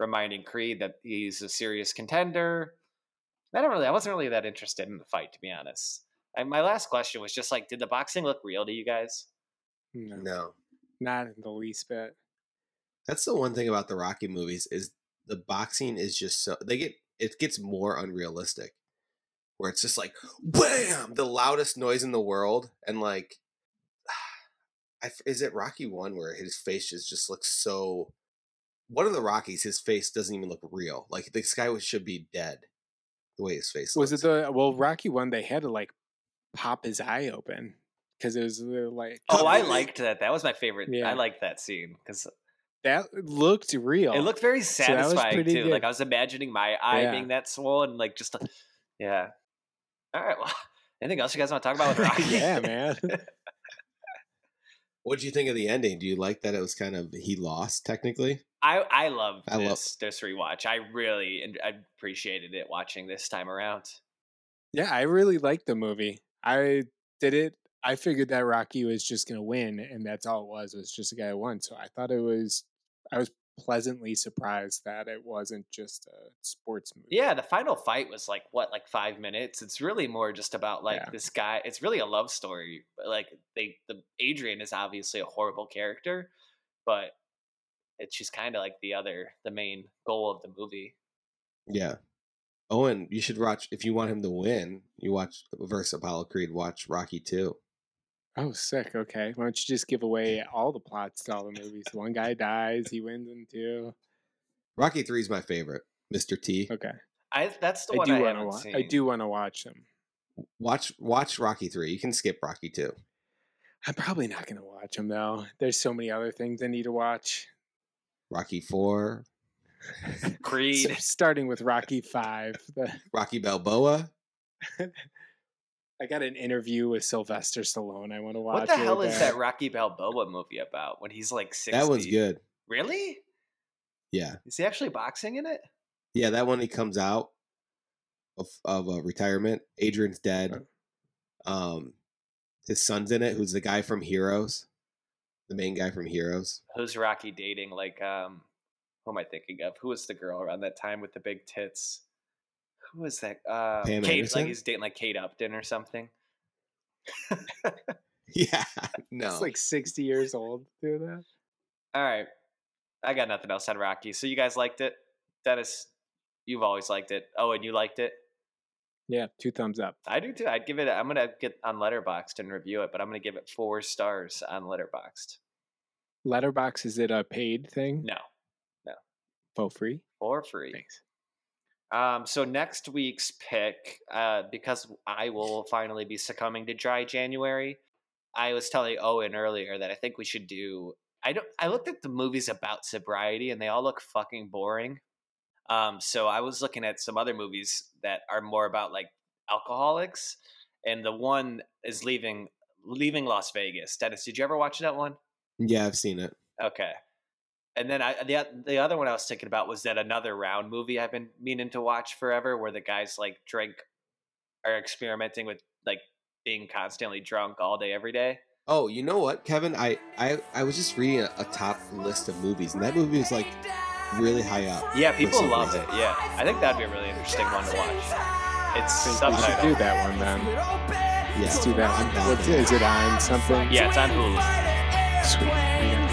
[SPEAKER 1] reminding Creed that he's a serious contender. I don't really. I wasn't really that interested in the fight, to be honest. I, my last question was just like, did the boxing look real to you guys?
[SPEAKER 3] No,
[SPEAKER 2] No.
[SPEAKER 3] not in the least bit.
[SPEAKER 2] That's the one thing about the Rocky movies is the boxing is just so they get it gets more unrealistic. Where it's just like wham, the loudest noise in the world and like I f is it Rocky 1 where his face just just looks so one of the Rockies his face doesn't even look real. Like this guy was, should be dead the way his face
[SPEAKER 3] Was
[SPEAKER 2] looks.
[SPEAKER 3] it the well Rocky one? They had to like pop his eye open because it was uh, like
[SPEAKER 1] Oh, I
[SPEAKER 2] Completely.
[SPEAKER 1] liked that. That was my favorite.
[SPEAKER 3] Yeah.
[SPEAKER 1] I liked that scene because
[SPEAKER 3] that looked real.
[SPEAKER 1] it looked very
[SPEAKER 3] that was
[SPEAKER 1] satisfying
[SPEAKER 3] pretty
[SPEAKER 1] too. Like
[SPEAKER 3] good.
[SPEAKER 1] I was imagining my eye
[SPEAKER 3] Yeah.
[SPEAKER 1] being that swollen, like just, a- yeah. All right. Well, anything else you guys want to talk about with Rocky?
[SPEAKER 3] Oh, yeah, man.
[SPEAKER 2] what do you think of the ending? Do you like that it was kind of he lost technically?
[SPEAKER 1] I I love
[SPEAKER 2] I love-
[SPEAKER 1] this this rewatch. I really en- I appreciated it watching this time around.
[SPEAKER 3] Yeah, I really liked the movie. I did it. I figured that Rocky was just gonna win, and that's all it was. Was just a guy who won. So I thought it was. I was pleasantly surprised that it wasn't just a sports movie.
[SPEAKER 1] Yeah, the final fight was like what, like five minutes. It's really more just about like
[SPEAKER 3] Yeah.
[SPEAKER 1] this guy. It's really a love story. but, Like they, the Adrian is obviously a horrible character, but it, she's kind of like the other, the main goal of the movie.
[SPEAKER 2] Yeah. Owen, you should watch if you want him to win, you watch versus Apollo Creed, watch Rocky 2.
[SPEAKER 3] Oh, sick. Okay, why don't you just give away all the plots to all the movies? One guy dies, he wins in two.
[SPEAKER 2] Rocky 3 is my favorite. Mr. T.
[SPEAKER 3] Okay,
[SPEAKER 1] I that's the
[SPEAKER 3] I
[SPEAKER 1] one I
[SPEAKER 3] do want to
[SPEAKER 1] haven't
[SPEAKER 3] watch.
[SPEAKER 1] seen.
[SPEAKER 3] I do want to watch them.
[SPEAKER 2] Watch watch Rocky 3. You can skip Rocky 2.
[SPEAKER 3] I'm probably not gonna watch them though. There's so many other things I need to watch.
[SPEAKER 2] Rocky 4,
[SPEAKER 3] So
[SPEAKER 1] Creed.
[SPEAKER 3] starting with Rocky Five. The,
[SPEAKER 2] Rocky Balboa.
[SPEAKER 3] I got an interview with Sylvester Stallone. I want to watch.
[SPEAKER 1] What the hell
[SPEAKER 3] really
[SPEAKER 1] is
[SPEAKER 3] bad.
[SPEAKER 1] that Rocky Balboa movie about? When he's like sixty.
[SPEAKER 2] That one's good.
[SPEAKER 1] Really?
[SPEAKER 2] Yeah.
[SPEAKER 1] Is he actually boxing in it?
[SPEAKER 2] Yeah, that one he comes out of of uh, retirement. Adrian's dead. Um his son's in it who's the guy from Heroes. The main guy from Heroes.
[SPEAKER 1] Who's Rocky dating? Like, um, who am I thinking of? Who was the girl around that time with the big tits? Who was that? Uh,
[SPEAKER 2] Pam
[SPEAKER 1] Kate.
[SPEAKER 2] Anderson?
[SPEAKER 1] Like he's dating like Kate Upton or something.
[SPEAKER 2] Yeah. No.
[SPEAKER 3] It's like 60 years old to do that.
[SPEAKER 1] All right, I got nothing else on Rocky. So you guys liked it, Dennis? You've always liked it. Oh, and you liked it.
[SPEAKER 3] Yeah, two thumbs up.
[SPEAKER 1] I do too. I'd give it. I'm gonna get on Letterboxd and review it, but I'm gonna give it four stars on Letterboxd.
[SPEAKER 3] Letterbox is it a paid thing?
[SPEAKER 1] No,
[SPEAKER 3] For free?
[SPEAKER 1] for free.
[SPEAKER 3] Thanks.
[SPEAKER 1] Um, so next week's pick, uh, because I will finally be succumbing to dry January. I was telling Owen earlier that I think we should do. I don't. I looked at the movies about sobriety, and they all look fucking boring. Um, so I was looking at some other movies that are more about like alcoholics, and the one is leaving leaving Las Vegas. Dennis, did you ever watch that one?
[SPEAKER 2] Yeah, I've seen it.
[SPEAKER 1] Okay. And then I the oth- the other one I was thinking about was that another round movie I've been meaning to watch forever, where the guys like drink are experimenting with like being constantly drunk all day every day.
[SPEAKER 2] Oh, you know what, Kevin? I I, I was just reading a, a top list of movies, and that movie is like really high up.
[SPEAKER 1] Yeah, people
[SPEAKER 2] some
[SPEAKER 1] love
[SPEAKER 2] reason.
[SPEAKER 1] it. Yeah, I think that'd be a really interesting one to watch. It's
[SPEAKER 3] We should
[SPEAKER 1] subtitled.
[SPEAKER 3] do that one then.
[SPEAKER 2] Yeah,
[SPEAKER 3] Let's do that.
[SPEAKER 2] I'm down
[SPEAKER 3] What's
[SPEAKER 2] for
[SPEAKER 3] it? Is it on something?
[SPEAKER 1] Yeah, it's on Hulu.
[SPEAKER 3] Sweet. I gotta